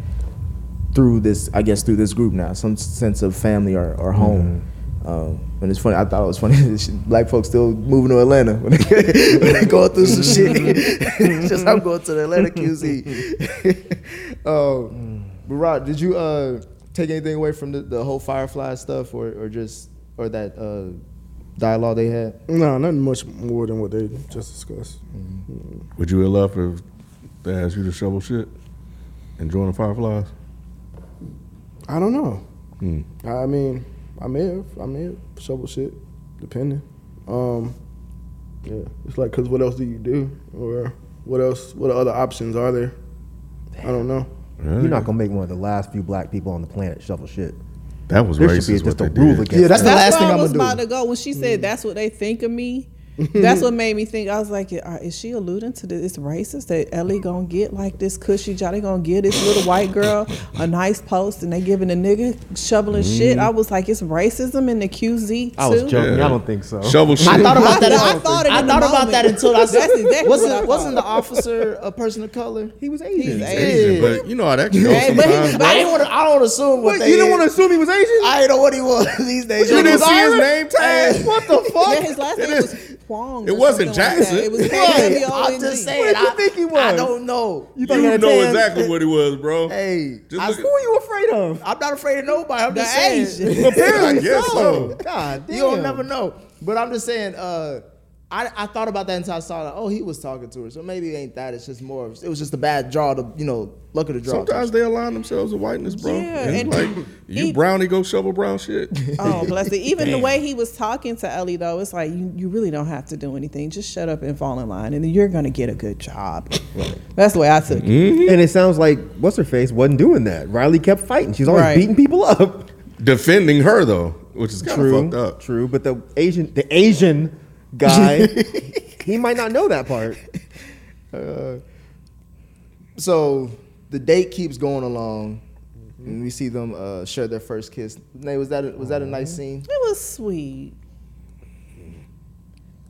[SPEAKER 2] through this I guess through this group now some sense of family or, or home. Um, and it's funny. I thought it was funny. that she- Black folks still moving to Atlanta when they, when they going through some shit. It's just I'm going to the Atlanta QZ. um, but Rod, did you uh, take anything away from the, the whole Firefly stuff, or, or just or that uh, dialogue they had?
[SPEAKER 4] No, nothing much more than what they just discussed.
[SPEAKER 1] Would you have left if they asked you to shovel shit and join the Fireflies?
[SPEAKER 4] I don't know.
[SPEAKER 2] Hmm.
[SPEAKER 4] I mean, I may have, I may have shovel shit, depending. Um, yeah, it's like, cause what else do you do, or what else? What other options are there? I don't know.
[SPEAKER 5] You're not gonna make one of the last few black people on the planet shovel shit.
[SPEAKER 1] That was
[SPEAKER 5] There should be
[SPEAKER 1] racist.
[SPEAKER 5] just
[SPEAKER 1] What
[SPEAKER 5] a
[SPEAKER 1] they
[SPEAKER 5] rule
[SPEAKER 1] did.
[SPEAKER 5] against.
[SPEAKER 2] Yeah, that's
[SPEAKER 5] that.
[SPEAKER 2] the
[SPEAKER 3] That's
[SPEAKER 2] last thing
[SPEAKER 3] where I
[SPEAKER 2] I'm
[SPEAKER 3] was
[SPEAKER 2] gonna
[SPEAKER 3] about
[SPEAKER 2] do. Mm.
[SPEAKER 3] to go when she said that's what they think of me. That's what made me think. I was like, "Uh, is she alluding to this it's racist that Ellie gonna get like this cushy job? They gonna give this little white girl a nice post and they giving a nigga shoveling
[SPEAKER 2] Mm.
[SPEAKER 3] shit. I was like, it's racism in the QZ too.
[SPEAKER 5] I was joking.
[SPEAKER 1] Yeah.
[SPEAKER 5] I don't think so.
[SPEAKER 1] Shovel shit.
[SPEAKER 2] I thought about that.
[SPEAKER 3] I thought it
[SPEAKER 2] I
[SPEAKER 3] in the
[SPEAKER 2] thought about
[SPEAKER 3] moment.
[SPEAKER 2] that until I said,
[SPEAKER 3] That's exactly
[SPEAKER 2] wasn't
[SPEAKER 3] what I
[SPEAKER 2] wasn't the
[SPEAKER 3] thought.
[SPEAKER 2] officer a person of color?
[SPEAKER 5] He was
[SPEAKER 3] He's
[SPEAKER 5] Asian.
[SPEAKER 3] Asian.
[SPEAKER 1] Asian, but you know how that goes.
[SPEAKER 3] Hey, but he-
[SPEAKER 1] sometimes,
[SPEAKER 3] but
[SPEAKER 2] I didn't want to. I don't want to assume what they. is.
[SPEAKER 5] assume he was Asian?
[SPEAKER 2] I didn't know what he was these days.
[SPEAKER 1] You
[SPEAKER 2] He
[SPEAKER 1] didn't
[SPEAKER 2] was
[SPEAKER 1] see his
[SPEAKER 2] Irish?
[SPEAKER 1] name tag?
[SPEAKER 2] Hey, What the fuck?
[SPEAKER 3] Yeah, his last name
[SPEAKER 1] It
[SPEAKER 3] was
[SPEAKER 1] is-
[SPEAKER 3] Huang.
[SPEAKER 1] it
[SPEAKER 3] or
[SPEAKER 1] wasn't
[SPEAKER 3] something like that.
[SPEAKER 1] Jackson.
[SPEAKER 3] It was
[SPEAKER 2] Right.
[SPEAKER 3] K-W-O-N-G.
[SPEAKER 2] I'm just saying.
[SPEAKER 5] What'd you
[SPEAKER 2] I,
[SPEAKER 5] think he was?
[SPEAKER 2] I don't know.
[SPEAKER 5] You thought he
[SPEAKER 1] You
[SPEAKER 5] had
[SPEAKER 1] know
[SPEAKER 5] tan?
[SPEAKER 1] exactly what he was, bro.
[SPEAKER 2] Hey,
[SPEAKER 1] Just
[SPEAKER 2] I-
[SPEAKER 1] look at-
[SPEAKER 5] Who are you afraid of?
[SPEAKER 2] I'm not afraid of nobody. I'm
[SPEAKER 3] The
[SPEAKER 2] just saying.
[SPEAKER 3] Asian.
[SPEAKER 1] I guess so.
[SPEAKER 5] God damn.
[SPEAKER 2] You don't never know. But I'm just saying. uh I, I thought about that until I saw that. Oh, he was talking to her, so maybe it ain't that. It's just more. of- It was just a bad draw. To you know, luck of the draw.
[SPEAKER 1] Sometimes they align themselves with whiteness, bro.
[SPEAKER 3] Yeah,
[SPEAKER 1] It's
[SPEAKER 3] and
[SPEAKER 1] like you
[SPEAKER 3] he-
[SPEAKER 1] brownie go shovel brown shit.
[SPEAKER 3] Oh, bless it. Even the way he was talking to Ellie, though, it's like, you, you really don't have to do anything. Just shut up and fall in line, and then you're going to get a good job. That's the way I took it.
[SPEAKER 5] And it sounds like what's her face wasn't doing that. Riley kept fighting. She's always
[SPEAKER 3] Right.
[SPEAKER 5] beating people up.
[SPEAKER 1] Defending her though, which is kind of fucked up.
[SPEAKER 5] True, but the Asian the Asian guy he might not know that part.
[SPEAKER 2] so the date keeps going along, and we see them uh, share their first kiss. Nay, was that a, was that a nice scene?
[SPEAKER 3] It was sweet.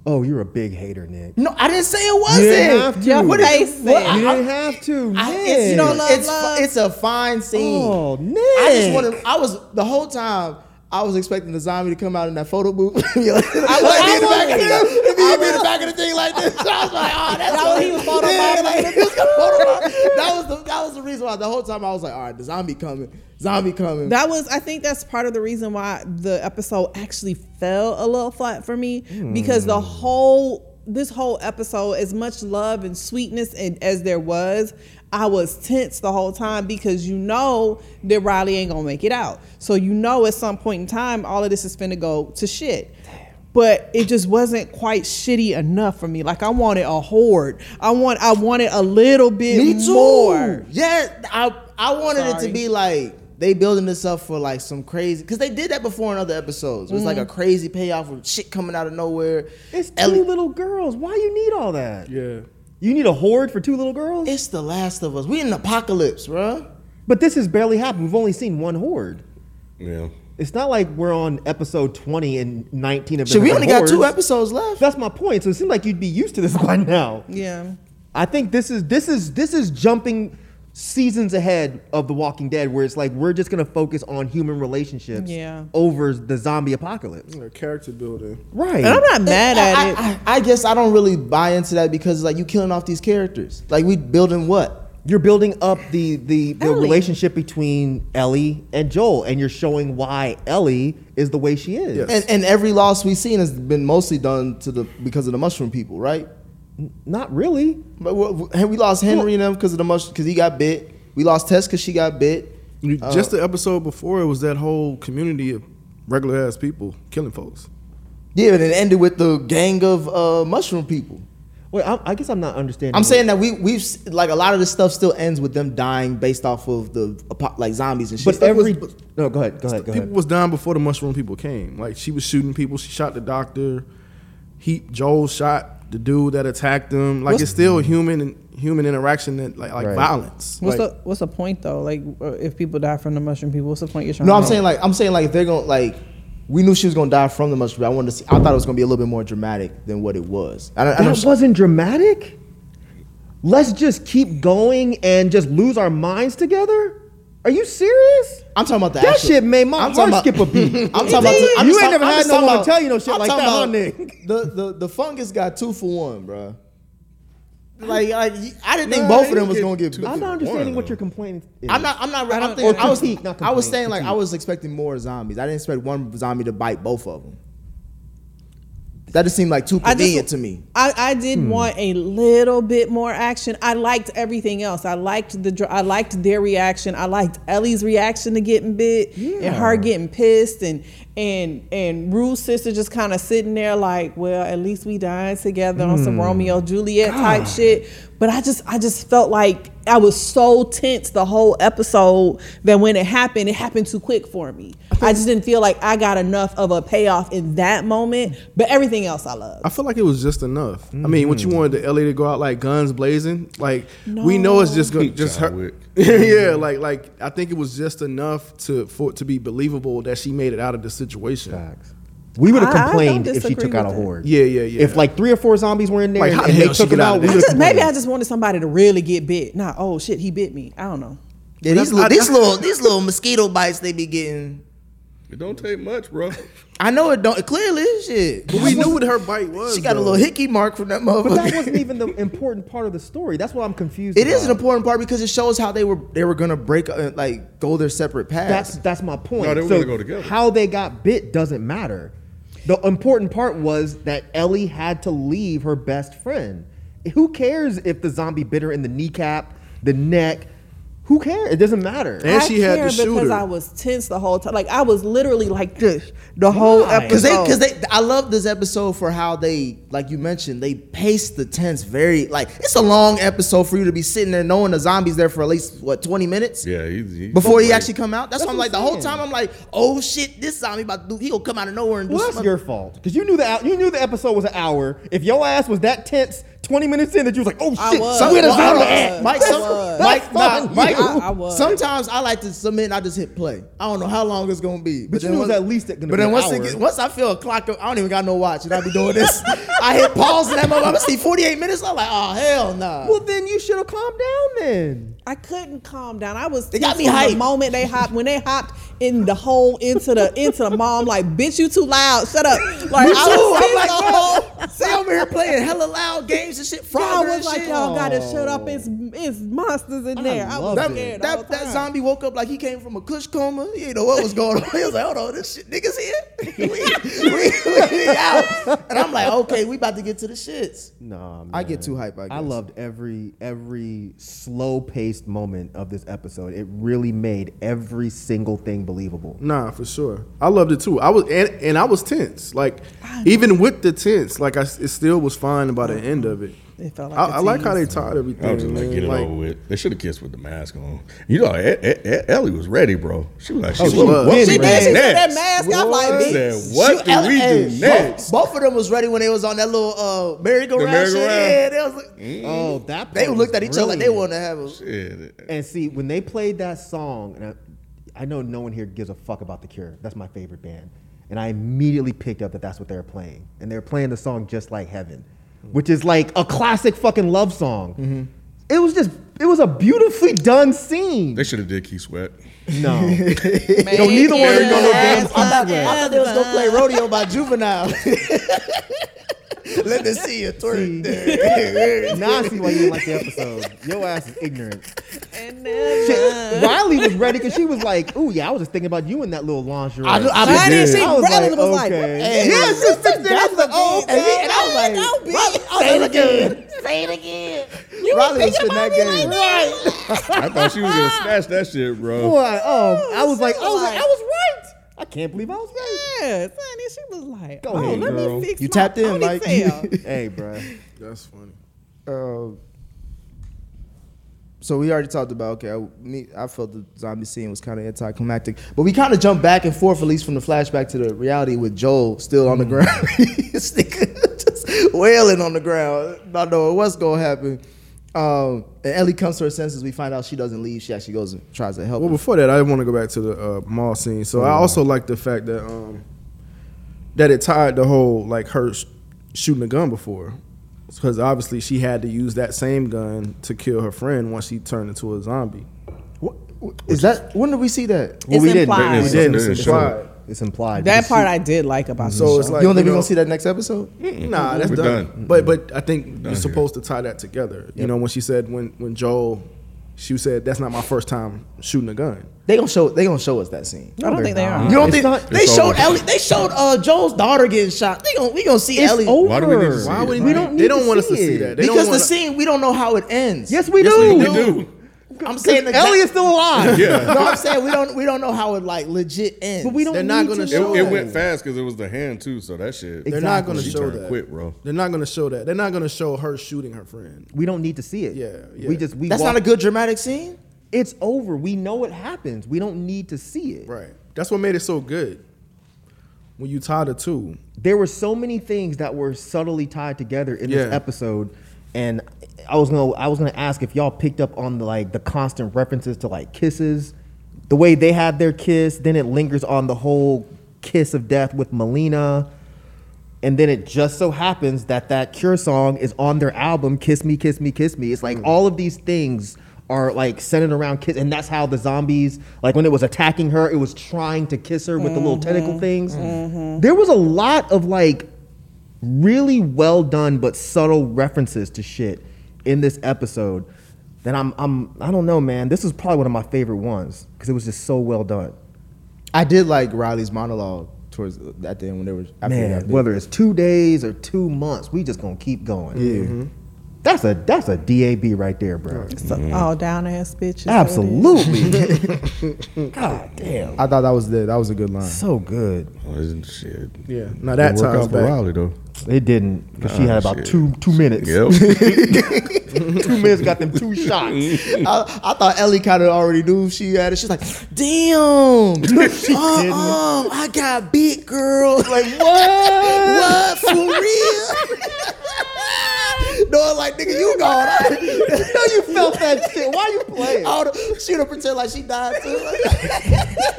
[SPEAKER 5] Oh, you're a big hater, Nick.
[SPEAKER 2] No, I didn't say it
[SPEAKER 5] You didn't have
[SPEAKER 2] wasn't.
[SPEAKER 5] to.
[SPEAKER 3] Your
[SPEAKER 5] What
[SPEAKER 2] did
[SPEAKER 3] face
[SPEAKER 2] what-
[SPEAKER 3] said-
[SPEAKER 5] You didn't have to.
[SPEAKER 2] I-
[SPEAKER 5] Nick.
[SPEAKER 2] it's,
[SPEAKER 3] You don't love
[SPEAKER 2] it's,
[SPEAKER 3] love?
[SPEAKER 2] it's a fine scene.
[SPEAKER 5] Oh, Nick.
[SPEAKER 2] I just wanted. I was the whole time. I was expecting the zombie to come out in that photo booth. I was like, be in the back of the, be in the back of the thing like this. I was like, oh, that's
[SPEAKER 3] That was- he was photo
[SPEAKER 2] Yeah,
[SPEAKER 3] bombing.
[SPEAKER 2] like, this is photo bomb. That was the that was the reason why the whole time I was like, all right, the zombie coming, zombie coming.
[SPEAKER 3] That was, I think that's part of the reason why the episode actually fell a little flat for me because
[SPEAKER 2] Hmm.
[SPEAKER 3] the whole, this whole episode, as much love and sweetness and, as there was, I was tense the whole time because you know that Riley ain't gonna make it out. So you know at some point in time, all of this is finna go to shit. But it just wasn't quite shitty enough for me. Like I wanted a horde. I want. I wanted a little bit
[SPEAKER 2] Me too.
[SPEAKER 3] more.
[SPEAKER 2] Yeah, I I wanted it
[SPEAKER 3] Sorry.
[SPEAKER 2] to be like they building this up for like some crazy because they did that before in other episodes. It was like a crazy payoff with shit coming out of nowhere.
[SPEAKER 5] It's two
[SPEAKER 2] Ellie-
[SPEAKER 5] little girls. Why you need all that?
[SPEAKER 4] Yeah.
[SPEAKER 5] You need a horde for two little girls?
[SPEAKER 2] It's the Last of Us. We in an apocalypse, bruh.
[SPEAKER 5] but this has barely happened. We've only seen one horde.
[SPEAKER 1] Yeah.
[SPEAKER 5] It's not like we're on episode 20 and 19 of
[SPEAKER 2] Shit, we
[SPEAKER 5] different
[SPEAKER 2] only got two
[SPEAKER 5] hordes.
[SPEAKER 2] episodes left.
[SPEAKER 5] That's my point. So it seems like you'd be used to this by now.
[SPEAKER 3] Yeah.
[SPEAKER 5] I think this is this is this is jumping seasons ahead of The Walking Dead, where it's like we're just gonna focus on human relationships
[SPEAKER 3] Yeah.
[SPEAKER 5] over the zombie apocalypse.
[SPEAKER 4] Yeah, character building.
[SPEAKER 5] Right.
[SPEAKER 3] And I'm not mad at
[SPEAKER 2] I,
[SPEAKER 3] it.
[SPEAKER 2] I, I, I guess I don't really buy into that because like you killing off these characters. Like we building what?
[SPEAKER 5] you're building up the the, the
[SPEAKER 3] Ellie.
[SPEAKER 5] relationship between Ellie and Joel, and you're showing why Ellie is the way she is.
[SPEAKER 4] Yes.
[SPEAKER 2] And, and every loss we've seen has been mostly done to the because of the mushroom people, right?
[SPEAKER 5] Not really.
[SPEAKER 2] But wh- wh- we lost Henry and them because of the mush because he got bit. We lost Tess because she got bit.
[SPEAKER 4] You-
[SPEAKER 2] Uh,
[SPEAKER 4] Just the episode before, it was that whole community of regular ass people killing folks.
[SPEAKER 2] Yeah, and it ended with the gang of uh, mushroom people.
[SPEAKER 5] Wait, I, I guess I'm not understanding.
[SPEAKER 2] I'm
[SPEAKER 5] what-
[SPEAKER 2] saying that we we've s- like a lot of this stuff still ends with them dying based off of the apo- like zombies and shit.
[SPEAKER 5] but every
[SPEAKER 4] was-
[SPEAKER 5] no, go ahead, go ahead, go
[SPEAKER 4] people
[SPEAKER 5] ahead.
[SPEAKER 4] was dying before the mushroom people came. Like she was shooting people. She shot the doctor. He Joel shot the dude that attacked him. Like it's still human and human interaction that like like
[SPEAKER 5] Right.
[SPEAKER 4] violence.
[SPEAKER 3] What's
[SPEAKER 4] like,
[SPEAKER 3] the What's the point though? Like, uh, if people die from the mushroom people, what's the point you're trying?
[SPEAKER 2] no,
[SPEAKER 3] to
[SPEAKER 2] I'm
[SPEAKER 3] make?
[SPEAKER 2] saying like I'm saying like if they're gonna like we knew she was gonna die from the mushroom. I wanted to see. I thought it was gonna be a little bit more dramatic than what it was. I don't, I
[SPEAKER 5] That
[SPEAKER 2] don't,
[SPEAKER 5] wasn't dramatic. Let's just keep going and just lose our minds together. Are you serious?
[SPEAKER 2] I'm talking about the
[SPEAKER 5] That
[SPEAKER 2] actual-
[SPEAKER 5] shit made my
[SPEAKER 2] I'm
[SPEAKER 5] heart
[SPEAKER 2] talking about-
[SPEAKER 5] skip a beat.
[SPEAKER 2] I'm talking about.
[SPEAKER 5] You
[SPEAKER 2] I'm
[SPEAKER 5] ain't
[SPEAKER 2] just talking-
[SPEAKER 5] never
[SPEAKER 2] I'm
[SPEAKER 5] had
[SPEAKER 2] just
[SPEAKER 5] no
[SPEAKER 2] talking
[SPEAKER 5] one
[SPEAKER 2] about-
[SPEAKER 5] tell you no shit
[SPEAKER 2] I'm
[SPEAKER 5] like
[SPEAKER 2] talking
[SPEAKER 5] that, huh,
[SPEAKER 2] about
[SPEAKER 5] Nick?
[SPEAKER 2] The, the the fungus got two for one, bruh. Like, like I didn't think both of them was gonna get.
[SPEAKER 1] two
[SPEAKER 2] bit.
[SPEAKER 1] for one.
[SPEAKER 5] I'm not understanding
[SPEAKER 1] though.
[SPEAKER 5] what your complaint is.
[SPEAKER 2] I'm not. I'm not.
[SPEAKER 3] I
[SPEAKER 2] I am
[SPEAKER 3] don't-
[SPEAKER 2] thinking,
[SPEAKER 5] or
[SPEAKER 2] I was.
[SPEAKER 5] critique, not
[SPEAKER 2] I was
[SPEAKER 5] complaint,
[SPEAKER 2] saying like I
[SPEAKER 5] critique.
[SPEAKER 2] was expecting more zombies. I didn't expect one zombie to bite both of them. That just seemed like too
[SPEAKER 3] I just-
[SPEAKER 2] convenient to me.
[SPEAKER 3] I, I did want a little bit more action. I liked everything else. I liked the dr- I liked their reaction. I liked Ellie's reaction to getting bit and her getting pissed and and and Rue's sister just kind of sitting there like, well, at Hmm. least we dying together on some Romeo Juliet type shit. But I just I just felt like I was so tense the whole episode that when it happened, it happened too quick for me. I just didn't feel like I got enough of a payoff in that moment, but everything else I love.
[SPEAKER 4] I feel like it was just enough. I mean, what you
[SPEAKER 5] Mm.
[SPEAKER 4] wanted the LA to go out like guns blazing, like we know it's just gonna just
[SPEAKER 1] John
[SPEAKER 4] her.
[SPEAKER 1] Wick.
[SPEAKER 4] yeah, like like I think it was just enough to for it to be believable that she made it out of the situation.
[SPEAKER 5] We would have
[SPEAKER 3] I- I don't
[SPEAKER 5] complained if she
[SPEAKER 3] disagree
[SPEAKER 5] took out a
[SPEAKER 3] with that.
[SPEAKER 5] horde.
[SPEAKER 4] Yeah, yeah, yeah.
[SPEAKER 5] If like three or four zombies were in there
[SPEAKER 4] Like,
[SPEAKER 5] and,
[SPEAKER 4] how
[SPEAKER 5] and
[SPEAKER 4] the
[SPEAKER 5] they
[SPEAKER 4] hell she
[SPEAKER 5] took
[SPEAKER 4] get
[SPEAKER 5] them
[SPEAKER 4] out
[SPEAKER 5] out,
[SPEAKER 4] of
[SPEAKER 5] we
[SPEAKER 4] there?
[SPEAKER 5] would
[SPEAKER 3] Just-
[SPEAKER 5] have
[SPEAKER 3] maybe I just wanted somebody to really get bit. Not oh shit, he bit me. I don't know.
[SPEAKER 2] Yeah, these,
[SPEAKER 4] that's-
[SPEAKER 2] little,
[SPEAKER 4] I-
[SPEAKER 2] these
[SPEAKER 4] I-
[SPEAKER 2] little these little mosquito bites they be getting.
[SPEAKER 1] It don't take much, bro.
[SPEAKER 2] I know it don't clearly shit.
[SPEAKER 4] but we knew what her bite was.
[SPEAKER 2] She got a
[SPEAKER 4] though.
[SPEAKER 2] little hickey mark from that
[SPEAKER 5] But that
[SPEAKER 2] motherfucker.
[SPEAKER 5] wasn't even the important part of the story. That's what I'm confused.
[SPEAKER 2] It is an
[SPEAKER 5] about.
[SPEAKER 2] important part because it shows how they were they were gonna break uh, like go their separate paths.
[SPEAKER 5] That's that's my point.
[SPEAKER 1] No, they were
[SPEAKER 5] so
[SPEAKER 1] gonna go together.
[SPEAKER 5] How they got bit doesn't matter. The important part was that Ellie had to leave her best friend. Who cares if the zombie bit her in the kneecap, the neck? Who cares? It doesn't matter.
[SPEAKER 4] And
[SPEAKER 3] I
[SPEAKER 4] she had
[SPEAKER 3] care
[SPEAKER 4] the
[SPEAKER 3] because
[SPEAKER 4] shooter.
[SPEAKER 3] I was tense the whole time. Like I was literally like this the whole
[SPEAKER 5] Why?
[SPEAKER 3] episode.
[SPEAKER 2] Cause they, cause they, I love this episode for how they, like you mentioned, they pace the tense very, like it's a long episode for you to be sitting there knowing the zombies there for at least what twenty minutes.
[SPEAKER 1] Yeah, he, he,
[SPEAKER 2] Before he
[SPEAKER 1] like,
[SPEAKER 2] actually come out, that's,
[SPEAKER 5] That's
[SPEAKER 2] why I'm
[SPEAKER 5] what
[SPEAKER 2] like
[SPEAKER 5] I'm
[SPEAKER 2] the whole
[SPEAKER 5] saying.
[SPEAKER 2] time I'm like, oh shit, this zombie about to do, he gonna come out of nowhere and do
[SPEAKER 5] Well, that's
[SPEAKER 2] something.
[SPEAKER 5] your fault because you knew the you knew the episode was an hour. If your ass was that tense twenty minutes in that you was like, oh
[SPEAKER 3] I
[SPEAKER 5] shit,
[SPEAKER 3] was.
[SPEAKER 5] where the
[SPEAKER 3] Well, I
[SPEAKER 5] zombie
[SPEAKER 3] was.
[SPEAKER 5] at?
[SPEAKER 2] Mike,
[SPEAKER 3] That's-
[SPEAKER 2] some, Mike,
[SPEAKER 3] that's
[SPEAKER 2] nah,
[SPEAKER 5] on
[SPEAKER 2] Mike.
[SPEAKER 3] I-
[SPEAKER 5] you.
[SPEAKER 3] I was.
[SPEAKER 2] Sometimes I like to submit. and I just hit play. I don't know how long it's gonna be,
[SPEAKER 5] But you knew it was
[SPEAKER 2] once-
[SPEAKER 5] at least gonna
[SPEAKER 2] But
[SPEAKER 5] be
[SPEAKER 2] then
[SPEAKER 5] an
[SPEAKER 2] once it
[SPEAKER 5] hour.
[SPEAKER 2] gets- once I feel a clock, up, I don't even got no watch, and I be doing this. I hit pause and that motherfucker. I see forty eight minutes. I'm like, oh hell nah.
[SPEAKER 5] Well, then you should have calmed down. Then
[SPEAKER 3] I couldn't calm down. I was
[SPEAKER 2] They got
[SPEAKER 3] tense
[SPEAKER 2] me
[SPEAKER 3] from
[SPEAKER 2] hyped.
[SPEAKER 3] The moment they hopped, when they hopped in the hole into the into the mom, like bitch, you too loud. Shut up. Like I was
[SPEAKER 2] I'm
[SPEAKER 3] tense
[SPEAKER 2] like,
[SPEAKER 3] the whole.
[SPEAKER 2] oh, see, I'm here playing hella loud games and shit.
[SPEAKER 3] I
[SPEAKER 2] Frogger and
[SPEAKER 3] was like,
[SPEAKER 2] shit.
[SPEAKER 3] y'all gotta shut up. It's it's monsters in there. I, was
[SPEAKER 5] loved
[SPEAKER 2] That,
[SPEAKER 3] scared the whole
[SPEAKER 2] that, that
[SPEAKER 3] time.
[SPEAKER 2] zombie woke up like he came from a kush coma. He didn't know what was going on. He was like, hold on, this shit, niggas here? we, we, we out. And I'm like, okay, we about to get to the shits.
[SPEAKER 5] nah, man.
[SPEAKER 2] I get too hype, I guess.
[SPEAKER 5] loved every every slow paced moment of this episode. It really made every single thing believable.
[SPEAKER 4] Nah, for sure. I loved it too. I was and, and I was tense. Like even with the tense, like I s- it still was fine by the end of it.
[SPEAKER 3] It felt like
[SPEAKER 4] I,
[SPEAKER 3] a
[SPEAKER 4] I like how they
[SPEAKER 3] tease.
[SPEAKER 4] tied everything.
[SPEAKER 1] I was just like,
[SPEAKER 4] man.
[SPEAKER 1] get it
[SPEAKER 4] Like,
[SPEAKER 1] over with. They should have kissed with the mask on. You know, E- E- E- Ellie was ready, bro. She was like, she,
[SPEAKER 4] Oh, she
[SPEAKER 1] was.
[SPEAKER 4] was.
[SPEAKER 1] What
[SPEAKER 3] She
[SPEAKER 1] we
[SPEAKER 3] did. She
[SPEAKER 1] do
[SPEAKER 3] took that
[SPEAKER 1] next?
[SPEAKER 3] mask off like
[SPEAKER 1] What?
[SPEAKER 3] bitch.
[SPEAKER 1] Said, what
[SPEAKER 2] Shoot,
[SPEAKER 1] do
[SPEAKER 2] Ellen-
[SPEAKER 1] we
[SPEAKER 2] hey,
[SPEAKER 1] do
[SPEAKER 2] both-
[SPEAKER 1] next?
[SPEAKER 2] Both, of them was ready when they was on that little uh, merry-go-round,
[SPEAKER 1] The
[SPEAKER 2] shit.
[SPEAKER 1] merry-go-round. Mm,
[SPEAKER 2] Yeah, they, was like,
[SPEAKER 5] Oh, that
[SPEAKER 2] they
[SPEAKER 5] part
[SPEAKER 2] looked
[SPEAKER 5] was
[SPEAKER 2] at each other like they
[SPEAKER 5] brilliant.
[SPEAKER 2] wanted to have a.
[SPEAKER 1] Shit.
[SPEAKER 5] And see, when they played that song, and I, I know no one here gives a fuck about The Cure. That's my favorite band. And I immediately picked up that that's what they were playing. And they were playing the song Just Like Heaven, which is like a classic fucking love song. It was just, it was a beautifully done scene.
[SPEAKER 1] They should have did Key Sweat.
[SPEAKER 5] No.
[SPEAKER 3] Yo,
[SPEAKER 5] neither one of them got no damn
[SPEAKER 2] I thought they was gonna play rodeo by Juvenile. Let me see you
[SPEAKER 5] See?
[SPEAKER 2] twerk.
[SPEAKER 5] now I see why you didn't like the episode. Your ass is ignorant.
[SPEAKER 3] damn.
[SPEAKER 5] Riley was ready because she was like, "Ooh, yeah, I was just thinking about you in that little lingerie."
[SPEAKER 2] I knew- I
[SPEAKER 3] Honey,
[SPEAKER 2] did.
[SPEAKER 3] she
[SPEAKER 5] I was
[SPEAKER 3] Riley
[SPEAKER 5] like,
[SPEAKER 3] was like,
[SPEAKER 5] okay.
[SPEAKER 3] what the
[SPEAKER 2] Hey,
[SPEAKER 5] Yeah,
[SPEAKER 2] hey,
[SPEAKER 5] she sits there,
[SPEAKER 2] that's
[SPEAKER 5] she's like,
[SPEAKER 2] the
[SPEAKER 5] "Oh,
[SPEAKER 2] beat. And he- and I was like,
[SPEAKER 3] Don't be.
[SPEAKER 2] Say it again. Say it again. You Riley was in that game. Right.
[SPEAKER 1] I thought she was gonna snatch that shit, bro.
[SPEAKER 5] Boy, oh, I was like, I was like,
[SPEAKER 3] like-
[SPEAKER 5] I was right. I can't believe I was right.
[SPEAKER 3] Yes, honey. She was like,
[SPEAKER 5] Go
[SPEAKER 3] oh,
[SPEAKER 5] ahead,
[SPEAKER 3] let
[SPEAKER 1] girl.
[SPEAKER 3] me fix
[SPEAKER 2] You
[SPEAKER 3] my
[SPEAKER 2] tapped in, Mike.
[SPEAKER 3] ponytail.
[SPEAKER 5] hey, bro.
[SPEAKER 4] That's funny.
[SPEAKER 2] Uh, so we already talked about okay. I, me, I felt the zombie scene was kind of anticlimactic, but we kind of jumped back and forth, at least from the flashback to the reality, with Joel still
[SPEAKER 1] Mm.
[SPEAKER 5] Mm.
[SPEAKER 2] on the ground, This nigga just wailing on the ground, not knowing what's gonna happen. Um, and Ellie comes to her senses. We find out she doesn't leave. She actually goes and tries to help.
[SPEAKER 4] Well,
[SPEAKER 2] him.
[SPEAKER 4] before that, I want to go back to the uh, mall scene. So I
[SPEAKER 1] Mm.
[SPEAKER 4] also like the fact that um, that it tied the whole like her sh- shooting a gun before, because obviously she had to use that same gun to kill her friend once she turned into a zombie.
[SPEAKER 2] What, is that? When did we see that?
[SPEAKER 3] It's
[SPEAKER 5] we didn't.
[SPEAKER 3] implied.
[SPEAKER 1] It's-
[SPEAKER 4] Then
[SPEAKER 1] it's
[SPEAKER 4] it's
[SPEAKER 1] showing.
[SPEAKER 4] implied.
[SPEAKER 5] It's implied.
[SPEAKER 3] That
[SPEAKER 5] because
[SPEAKER 3] part I did like about the
[SPEAKER 4] So
[SPEAKER 3] show.
[SPEAKER 4] it's like
[SPEAKER 2] you don't think
[SPEAKER 4] you
[SPEAKER 2] we're
[SPEAKER 4] know-
[SPEAKER 2] gonna see that next episode?
[SPEAKER 4] Nah, that's
[SPEAKER 1] We're
[SPEAKER 4] done.
[SPEAKER 1] done.
[SPEAKER 4] But but I think you're
[SPEAKER 1] here.
[SPEAKER 4] supposed to tie that together. You know, when she said when when Joel, she said that's not my first time shooting a gun.
[SPEAKER 2] They gonna show. They gonna show us that scene.
[SPEAKER 3] I don't think they are.
[SPEAKER 2] You don't
[SPEAKER 5] It's
[SPEAKER 2] think
[SPEAKER 5] not-
[SPEAKER 2] they
[SPEAKER 1] It's
[SPEAKER 2] showed
[SPEAKER 1] over.
[SPEAKER 2] Ellie? They showed uh, Joel's daughter getting shot. They gonna we gonna see
[SPEAKER 5] It's
[SPEAKER 2] Ellie
[SPEAKER 5] over.
[SPEAKER 1] Why do we need to see
[SPEAKER 4] Why
[SPEAKER 1] it?
[SPEAKER 4] would
[SPEAKER 5] We don't
[SPEAKER 4] they
[SPEAKER 5] need
[SPEAKER 4] don't
[SPEAKER 5] to
[SPEAKER 4] want us
[SPEAKER 5] see
[SPEAKER 4] to see
[SPEAKER 5] it.
[SPEAKER 4] that? They don't
[SPEAKER 2] because the
[SPEAKER 4] wanna-
[SPEAKER 2] scene we don't know how it ends.
[SPEAKER 5] Yes, we
[SPEAKER 4] Yes,
[SPEAKER 5] do.
[SPEAKER 1] We do.
[SPEAKER 7] I'm saying the
[SPEAKER 2] Elliot's still alive.
[SPEAKER 1] Yeah.
[SPEAKER 7] No, I'm saying we don't we don't know how it like legit ends.
[SPEAKER 2] But we don't
[SPEAKER 7] They're not
[SPEAKER 2] need
[SPEAKER 7] gonna
[SPEAKER 2] to
[SPEAKER 1] It,
[SPEAKER 7] show
[SPEAKER 1] it
[SPEAKER 7] that.
[SPEAKER 1] went fast because it was the hand too. So that shit.
[SPEAKER 5] Exactly.
[SPEAKER 4] They're not going to
[SPEAKER 1] She
[SPEAKER 4] show
[SPEAKER 1] turned
[SPEAKER 4] that.
[SPEAKER 1] quick, bro.
[SPEAKER 4] They're not going to show that. They're not going to show her shooting her friend.
[SPEAKER 5] We don't need to see it.
[SPEAKER 4] Yeah,
[SPEAKER 5] We
[SPEAKER 4] yeah.
[SPEAKER 5] just we
[SPEAKER 7] That's not
[SPEAKER 5] walk-
[SPEAKER 7] a good dramatic scene.
[SPEAKER 5] It's over. We know it happens. We don't need to see it.
[SPEAKER 4] Right. That's what made it so good. When you tie the two,
[SPEAKER 5] There were so many things that were subtly tied together in this
[SPEAKER 4] Yeah.
[SPEAKER 5] episode, and I was gonna I was gonna ask if y'all picked up on the like the constant references to like kisses, the way they had their kiss. Then it lingers on the whole kiss of death with Melina. And then it just so happens that that Cure song is on their album, Kiss Me, Kiss Me, Kiss Me. It's like all of these things are like centered around kiss. And that's how the zombies, like when it was attacking her, it was trying to kiss her with the little tentacle things. There was a lot of like really well done but subtle references to shit in this episode that I'm, I'm I don't know, man. This is probably one of my favorite ones because it was just so well done.
[SPEAKER 2] I did like Riley's monologue towards at the end when they were after they got
[SPEAKER 5] Man,
[SPEAKER 2] big.
[SPEAKER 5] whether it's two days or two months, we just gonna keep going. Yeah. That's a that's a DAB right there, bro.
[SPEAKER 3] So, Oh, down ass bitches.
[SPEAKER 5] Absolutely. God damn.
[SPEAKER 2] I thought that was the that was a good line.
[SPEAKER 5] So good.
[SPEAKER 1] Oh, isn't shit.
[SPEAKER 4] yeah. Now that
[SPEAKER 1] Didn't work
[SPEAKER 4] ties
[SPEAKER 1] out for
[SPEAKER 4] back.
[SPEAKER 1] Riley though.
[SPEAKER 5] It didn't because she
[SPEAKER 1] Nah,
[SPEAKER 5] had about
[SPEAKER 1] shit.
[SPEAKER 5] two two minutes.
[SPEAKER 1] Yep.
[SPEAKER 5] two minutes got them two shots.
[SPEAKER 7] I, I thought Ellie kind of already knew she had it. She's like, "Damn, uh-uh, Um. Uh, I got beat, girl." Like what? what for real? no, like nigga, you gone. no, you felt that shit. Why you playing? I would, she would pretend like she died too.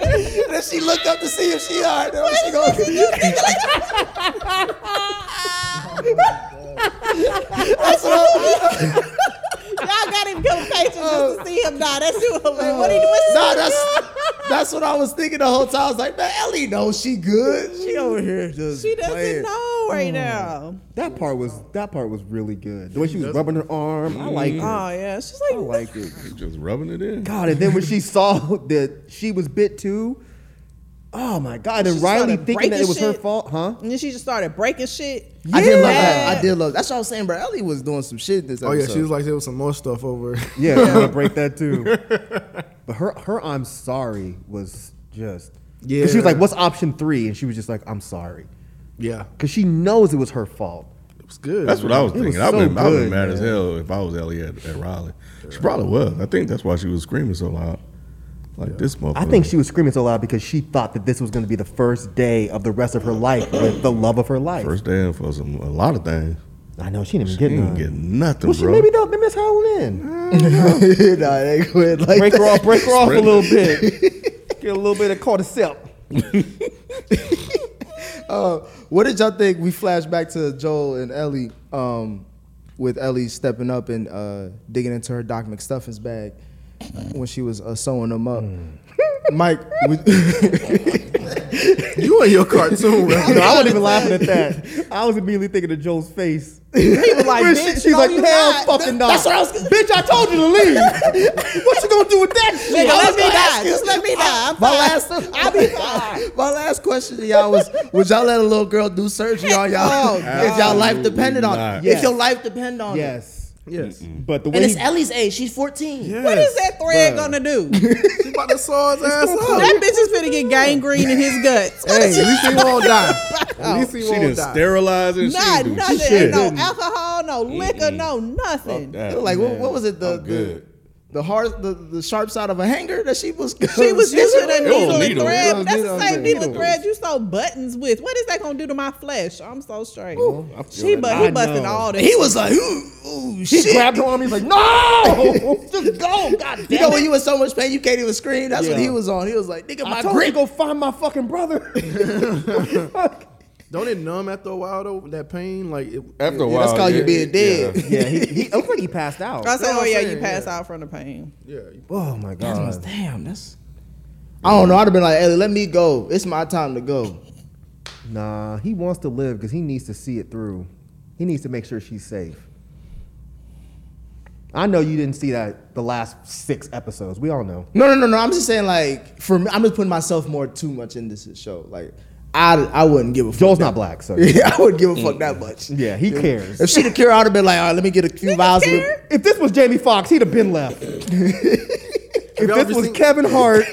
[SPEAKER 7] and then she looked up to see if she alright. Then She go.
[SPEAKER 3] Y'all got him kill Patriots just to see him die. That's too hilarious. What he was
[SPEAKER 7] Nah, that's that's what I was thinking the whole time. I was like, man, Ellie knows she good. She over here just
[SPEAKER 3] she doesn't
[SPEAKER 7] playing.
[SPEAKER 3] know right now.
[SPEAKER 5] That part was that part was really good. The way she was rubbing her arm, I like it.
[SPEAKER 3] Oh yeah, she's like,
[SPEAKER 1] Just rubbing it in.
[SPEAKER 5] God, and then when she saw that she was bit too, oh my God! And
[SPEAKER 3] She
[SPEAKER 5] Riley
[SPEAKER 3] started
[SPEAKER 5] thinking that it
[SPEAKER 3] breaking
[SPEAKER 5] was her
[SPEAKER 3] shit.
[SPEAKER 5] fault, huh?
[SPEAKER 3] and then she just started breaking shit.
[SPEAKER 7] I did love
[SPEAKER 3] Yeah.
[SPEAKER 7] that. I did love. That's what I was saying, bro. Ellie was doing some shit this
[SPEAKER 4] Oh
[SPEAKER 7] episode.
[SPEAKER 4] yeah, she was like there was some more stuff over.
[SPEAKER 5] Yeah, I'm gonna break that too. But her her I'm sorry was just yeah. She was like,
[SPEAKER 4] Yeah.
[SPEAKER 5] "What's option three? And she was just like, "I'm sorry,"
[SPEAKER 4] yeah,
[SPEAKER 5] because she knows it was her fault.
[SPEAKER 4] it was good.
[SPEAKER 1] That's what I was
[SPEAKER 5] It was
[SPEAKER 1] thinking. I've
[SPEAKER 5] so
[SPEAKER 1] been, I've
[SPEAKER 5] good,
[SPEAKER 1] been mad as
[SPEAKER 5] man.
[SPEAKER 1] hell if I was Ellie at, at Riley. She probably was. I think that's why she was screaming so loud. Like this motherfucker.
[SPEAKER 5] I think she was screaming so loud because she thought that this was going to be the first day of the rest of her life with the love of her life.
[SPEAKER 1] first day for some a lot of things.
[SPEAKER 5] I know she didn't
[SPEAKER 1] She
[SPEAKER 5] even get none.
[SPEAKER 1] ain't getting nothing,
[SPEAKER 5] Uh, well, she
[SPEAKER 1] bro.
[SPEAKER 5] maybe though, maybe that's how it in.
[SPEAKER 7] nah, they quit like
[SPEAKER 5] Break her off, break her off a
[SPEAKER 1] Spread
[SPEAKER 5] little bit. Get a little bit of cordyceps.
[SPEAKER 2] Uh, what did y'all think? We flashed back to Joel and Ellie, um, with Ellie stepping up and uh, digging into her Doc McStuffins bag when she was uh, sewing them up.
[SPEAKER 7] Hmm.
[SPEAKER 2] Mike, would-
[SPEAKER 4] you and your cartoon. right?
[SPEAKER 5] No, I wasn't even laughing at that. I was immediately thinking of Joel's face. He was
[SPEAKER 3] like,
[SPEAKER 5] she,
[SPEAKER 3] "Bitch,
[SPEAKER 5] she's
[SPEAKER 3] no,
[SPEAKER 5] like,
[SPEAKER 3] you
[SPEAKER 5] hell
[SPEAKER 3] not."
[SPEAKER 5] fucking no.
[SPEAKER 7] That's what I was-
[SPEAKER 5] Bitch, I told you to leave. what you gonna do with that shit?
[SPEAKER 3] Nigga, let me
[SPEAKER 7] gonna
[SPEAKER 3] die.
[SPEAKER 7] ask you.
[SPEAKER 3] Just let me die. I'm
[SPEAKER 7] my
[SPEAKER 3] fine.
[SPEAKER 7] last.
[SPEAKER 3] I'll be fine.
[SPEAKER 7] my last question to y'all was: Would y'all let a little girl do surgery on y'all if y'all life depended on it?
[SPEAKER 1] Absolutely
[SPEAKER 5] not.
[SPEAKER 7] If your life depended on it,
[SPEAKER 5] Yes.
[SPEAKER 4] yes,
[SPEAKER 5] But the
[SPEAKER 7] and
[SPEAKER 5] way
[SPEAKER 7] it's
[SPEAKER 5] he,
[SPEAKER 7] Ellie's age. She's fourteen.
[SPEAKER 3] What is that thread gonna do?
[SPEAKER 4] she about to saw his ass up.
[SPEAKER 3] that bitch is finna get gangrene in his guts. What
[SPEAKER 4] Hey,
[SPEAKER 3] is
[SPEAKER 4] at least he won't die. At least
[SPEAKER 1] She
[SPEAKER 4] he
[SPEAKER 1] didn't
[SPEAKER 4] won't die.
[SPEAKER 1] sterilize it. She
[SPEAKER 3] not
[SPEAKER 1] didn't do
[SPEAKER 3] nothing.
[SPEAKER 1] shit.
[SPEAKER 3] Ain't no alcohol, no liquor, no nothing.
[SPEAKER 1] That,
[SPEAKER 7] Like what,
[SPEAKER 1] man,
[SPEAKER 7] what was it? The
[SPEAKER 1] I'm good.
[SPEAKER 7] the the hard the, the sharp side of a hanger that she was.
[SPEAKER 3] She was using a
[SPEAKER 1] It was a
[SPEAKER 3] needle and
[SPEAKER 1] needle.
[SPEAKER 3] thread.
[SPEAKER 4] It was
[SPEAKER 3] That's
[SPEAKER 4] needle.
[SPEAKER 3] the same
[SPEAKER 4] It was a
[SPEAKER 3] needle and
[SPEAKER 4] needle.
[SPEAKER 3] thread you sew buttons with. What is that gonna do to my flesh? I'm so straight.
[SPEAKER 1] I feel
[SPEAKER 3] she
[SPEAKER 1] that.
[SPEAKER 3] but he
[SPEAKER 5] I
[SPEAKER 3] busted
[SPEAKER 5] know.
[SPEAKER 3] all the
[SPEAKER 7] He was like, ooh, ooh,
[SPEAKER 5] he
[SPEAKER 7] shit.
[SPEAKER 5] grabbed her arm, he's like, no! Just go, god damn
[SPEAKER 7] you know when
[SPEAKER 5] it.
[SPEAKER 7] you in so much pain you can't even scream. That's what
[SPEAKER 5] Yeah.
[SPEAKER 7] he was on. He was like, nigga,
[SPEAKER 5] I
[SPEAKER 7] my
[SPEAKER 5] told you to
[SPEAKER 7] grip.
[SPEAKER 5] go find my fucking brother.
[SPEAKER 4] Don't it numb after a while though? That pain, like it,
[SPEAKER 1] After
[SPEAKER 7] Yeah,
[SPEAKER 1] a while,
[SPEAKER 7] that's called you
[SPEAKER 1] Oh, yeah,
[SPEAKER 7] being dead.
[SPEAKER 1] yeah.
[SPEAKER 5] yeah, he, he it looked like he passed out.
[SPEAKER 3] I said,
[SPEAKER 4] what
[SPEAKER 3] oh
[SPEAKER 4] I'm
[SPEAKER 3] yeah,
[SPEAKER 4] saying,
[SPEAKER 3] you pass out from the pain.
[SPEAKER 4] yeah, you-
[SPEAKER 5] Oh my
[SPEAKER 7] I was,
[SPEAKER 5] god.
[SPEAKER 7] Damn, that's. I don't know. I'd have been like, Ellie, let me go. It's my time to go.
[SPEAKER 5] Nah, he wants to live because he needs to see it through. He needs to make sure she's safe. I know you didn't see that the last six episodes. We all know.
[SPEAKER 7] No, no, no, no. I'm just saying, like, for me, I'm just putting myself more too much into this show. Like,
[SPEAKER 2] I I wouldn't give a fuck.
[SPEAKER 5] Joel's
[SPEAKER 2] that-
[SPEAKER 5] not black, so
[SPEAKER 2] Yeah, I wouldn't give a fuck that much.
[SPEAKER 5] yeah, he cares.
[SPEAKER 2] If she'd have cured, I'd have been like, all right, let me get a few vials. Of it.
[SPEAKER 5] If this was Jamie Foxx, he'd have been left. if
[SPEAKER 4] y'all
[SPEAKER 5] this
[SPEAKER 4] ever
[SPEAKER 5] was
[SPEAKER 4] seen-
[SPEAKER 5] Kevin Hart,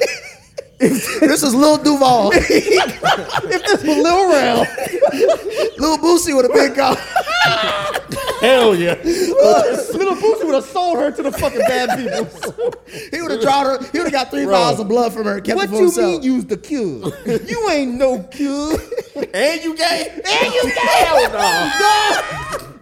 [SPEAKER 2] This is Lil Duval.
[SPEAKER 5] if this was Lil Rel,
[SPEAKER 2] Lil Boosie would have been gone.
[SPEAKER 1] Hell yeah.
[SPEAKER 5] Little Boosie would have sold her to the fucking bad people.
[SPEAKER 2] He would have drawn her. He would have got three vials of blood from her. and Kept
[SPEAKER 5] what
[SPEAKER 2] it for
[SPEAKER 5] you
[SPEAKER 2] himself.
[SPEAKER 5] mean use the cure? You ain't no cure.
[SPEAKER 7] And you gay?
[SPEAKER 5] and you hell no.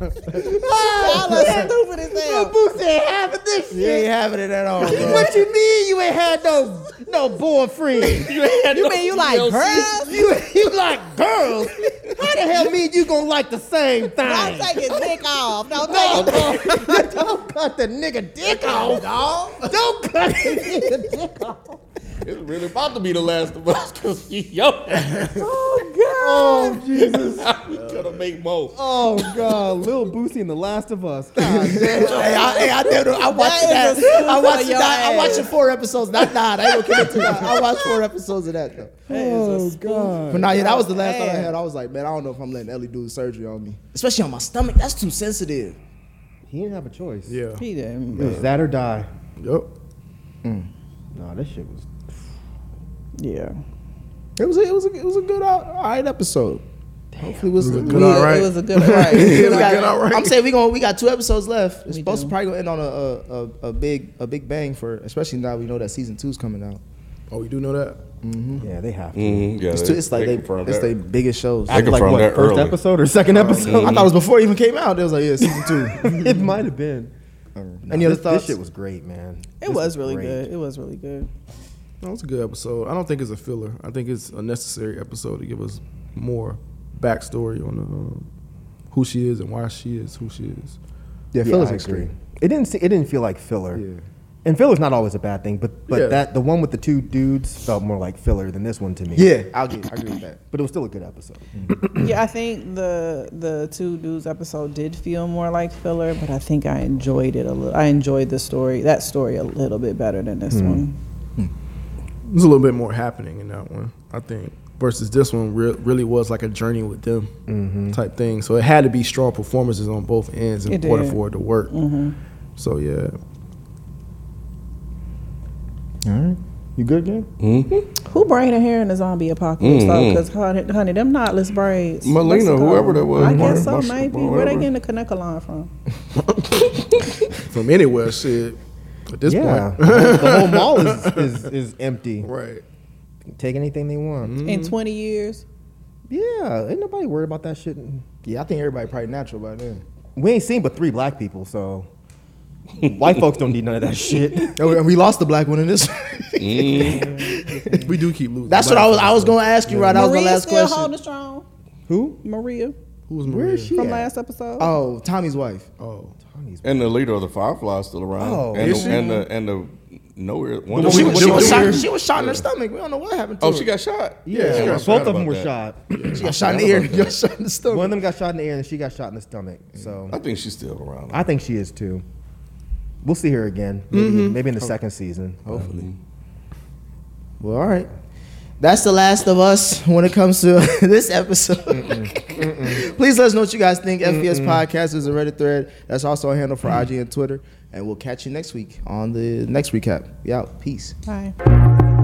[SPEAKER 3] Y'all are stupid as hell.
[SPEAKER 5] Boosie ain't having this shit.
[SPEAKER 2] You ain't having it at all. bro.
[SPEAKER 5] What you mean you ain't had no no boyfriend? you ain't had
[SPEAKER 3] You mean you like girls?
[SPEAKER 5] You, you like girls? How the hell mean you gonna like the same thing?
[SPEAKER 3] Don't take his dick off. Don't
[SPEAKER 5] No,
[SPEAKER 3] take it.
[SPEAKER 5] don't, don't cut the nigga dick off, dog. Don't cut the nigga dick off.
[SPEAKER 1] It's really about to be the last of us because she yo.
[SPEAKER 5] Oh Jesus!
[SPEAKER 1] Gonna make more.
[SPEAKER 5] Oh God! Lil Boosie and The Last of Us. God.
[SPEAKER 2] hey, I, hey, I, never, I watched
[SPEAKER 3] That
[SPEAKER 2] that.
[SPEAKER 3] is a
[SPEAKER 2] I watched
[SPEAKER 3] scoop for
[SPEAKER 2] that. I
[SPEAKER 3] your
[SPEAKER 2] watched four episodes. Not nine. I ain't gonna commit to that. I watched four episodes of that though.
[SPEAKER 5] Oh God!
[SPEAKER 2] But nah, yeah, that was the last thought I had. I was like, man, I don't know if I'm letting Ellie do the surgery on me, especially on my stomach. That's too sensitive.
[SPEAKER 5] He didn't have a choice.
[SPEAKER 4] Yeah.
[SPEAKER 3] He didn't.
[SPEAKER 5] It was that or die.
[SPEAKER 4] Yep.
[SPEAKER 5] Nah, this shit was.
[SPEAKER 3] Yeah.
[SPEAKER 2] It was a, it was a, it was a good uh, all, all right episode. Hopefully, it was,
[SPEAKER 4] It was a
[SPEAKER 2] we-
[SPEAKER 4] good all right.
[SPEAKER 3] It was a good right.
[SPEAKER 2] we got-
[SPEAKER 4] good all right.
[SPEAKER 2] I'm saying we going we got two episodes left. It's
[SPEAKER 3] We
[SPEAKER 2] supposed
[SPEAKER 3] do.
[SPEAKER 2] to probably gonna end on a, a, a, a big a big bang for especially now we know that season two's coming out.
[SPEAKER 4] Oh, you do know that?
[SPEAKER 5] Yeah, they have to.
[SPEAKER 1] Mhm, yeah,
[SPEAKER 2] It's, two, it's like they,
[SPEAKER 1] confirmed
[SPEAKER 2] it's
[SPEAKER 1] that.
[SPEAKER 2] their biggest shows.
[SPEAKER 1] They confirmed that
[SPEAKER 5] First
[SPEAKER 1] early.
[SPEAKER 5] episode or second episode?
[SPEAKER 2] I thought it was before it even came out. It was like yeah, season two.
[SPEAKER 5] it might have been.
[SPEAKER 2] Any other
[SPEAKER 5] this,
[SPEAKER 2] thoughts?
[SPEAKER 5] This shit was great, man.
[SPEAKER 3] It was really good. It was really good.
[SPEAKER 4] No, it's a good episode. I don't think it's a filler. I think it's a necessary episode to give us more backstory on um, who she is and why she is who she is.
[SPEAKER 2] yeah,
[SPEAKER 5] Filler's
[SPEAKER 2] Phyllis
[SPEAKER 5] agree. It didn't. See, it didn't feel like filler.
[SPEAKER 4] Yeah.
[SPEAKER 5] And filler's not always a bad thing, but but
[SPEAKER 4] Yeah.
[SPEAKER 5] that the one with the two dudes felt more like filler than this one to me.
[SPEAKER 2] Yeah, I'll get, I agree with that.
[SPEAKER 5] But it was still a good episode.
[SPEAKER 3] Yeah, I think the the two dudes episode did feel more like filler, but I think I enjoyed it a little. I enjoyed the story, that story, a little bit better than this one.
[SPEAKER 4] There's a little bit more happening in that one, I think, versus this one. Re- really was like a journey with them
[SPEAKER 1] Mm-hmm.
[SPEAKER 4] type thing. So it had to be strong performances on both ends in
[SPEAKER 3] It
[SPEAKER 4] order
[SPEAKER 3] did. Mm-hmm.
[SPEAKER 4] for it to work. So yeah,
[SPEAKER 5] All right. You good, gang?
[SPEAKER 3] Who braided hair in the zombie apocalypse? Because honey, honey, them knotless braids.
[SPEAKER 1] Melina,
[SPEAKER 3] Mexico.
[SPEAKER 1] whoever that was,
[SPEAKER 3] I
[SPEAKER 1] Mar-
[SPEAKER 3] guess so.
[SPEAKER 1] Marcia-
[SPEAKER 3] Maybe
[SPEAKER 1] or
[SPEAKER 3] where they
[SPEAKER 1] whatever.
[SPEAKER 3] getting the Kaneka line from?
[SPEAKER 4] from anywhere, shit. At this
[SPEAKER 5] Yeah.
[SPEAKER 4] point,
[SPEAKER 5] the whole mall is, is, is empty.
[SPEAKER 4] right?
[SPEAKER 5] Take anything they want.
[SPEAKER 1] Mm-hmm.
[SPEAKER 3] In twenty years,
[SPEAKER 5] Yeah. Ain't nobody worried about that shit.
[SPEAKER 2] Yeah, I think everybody probably natural by then.
[SPEAKER 5] We ain't seen but three black people, so white folks don't need none of that shit.
[SPEAKER 2] Oh, And we- and we lost the black one in this.
[SPEAKER 4] We do keep losing.
[SPEAKER 2] That's what I was. I was gonna ask you, right? That was my
[SPEAKER 3] Maria
[SPEAKER 2] last
[SPEAKER 3] still
[SPEAKER 2] question.
[SPEAKER 3] holding strong.
[SPEAKER 5] Who?
[SPEAKER 3] Maria
[SPEAKER 4] Who's
[SPEAKER 5] Where is she?
[SPEAKER 3] from
[SPEAKER 5] at?
[SPEAKER 3] last episode.
[SPEAKER 2] Oh, Tommy's wife.
[SPEAKER 4] Oh,
[SPEAKER 1] And the leader of the Fireflies still around.
[SPEAKER 5] Oh,
[SPEAKER 1] and,
[SPEAKER 4] is
[SPEAKER 1] the,
[SPEAKER 4] she?
[SPEAKER 1] and the and the nowhere one.
[SPEAKER 5] one
[SPEAKER 2] She,
[SPEAKER 5] we-
[SPEAKER 2] was- she
[SPEAKER 5] we-
[SPEAKER 2] was
[SPEAKER 5] we-
[SPEAKER 2] shot. She was shot in her stomach. We don't know what happened to
[SPEAKER 1] oh,
[SPEAKER 2] her.
[SPEAKER 1] she got shot.
[SPEAKER 5] Yeah,
[SPEAKER 1] I
[SPEAKER 5] both
[SPEAKER 1] forgot
[SPEAKER 5] of them
[SPEAKER 1] about
[SPEAKER 5] were
[SPEAKER 1] that.
[SPEAKER 5] shot.
[SPEAKER 2] She got shot in the ear.
[SPEAKER 1] about
[SPEAKER 2] Got
[SPEAKER 1] that.
[SPEAKER 2] shot in the
[SPEAKER 5] One
[SPEAKER 2] stomach.
[SPEAKER 5] of them got shot in the ear and she got shot in the stomach. So
[SPEAKER 1] I think she's still around.
[SPEAKER 5] I think she is too. We'll see her again. Maybe, maybe in the second season.
[SPEAKER 2] Hopefully. Well, all right. That's the last of us when it comes to this episode. Please let us know what you guys think. FBS Podcast is a Reddit thread. That's also a handle for IG and Twitter. And we'll catch you next week on the next recap. Yeah, peace.
[SPEAKER 3] Hi.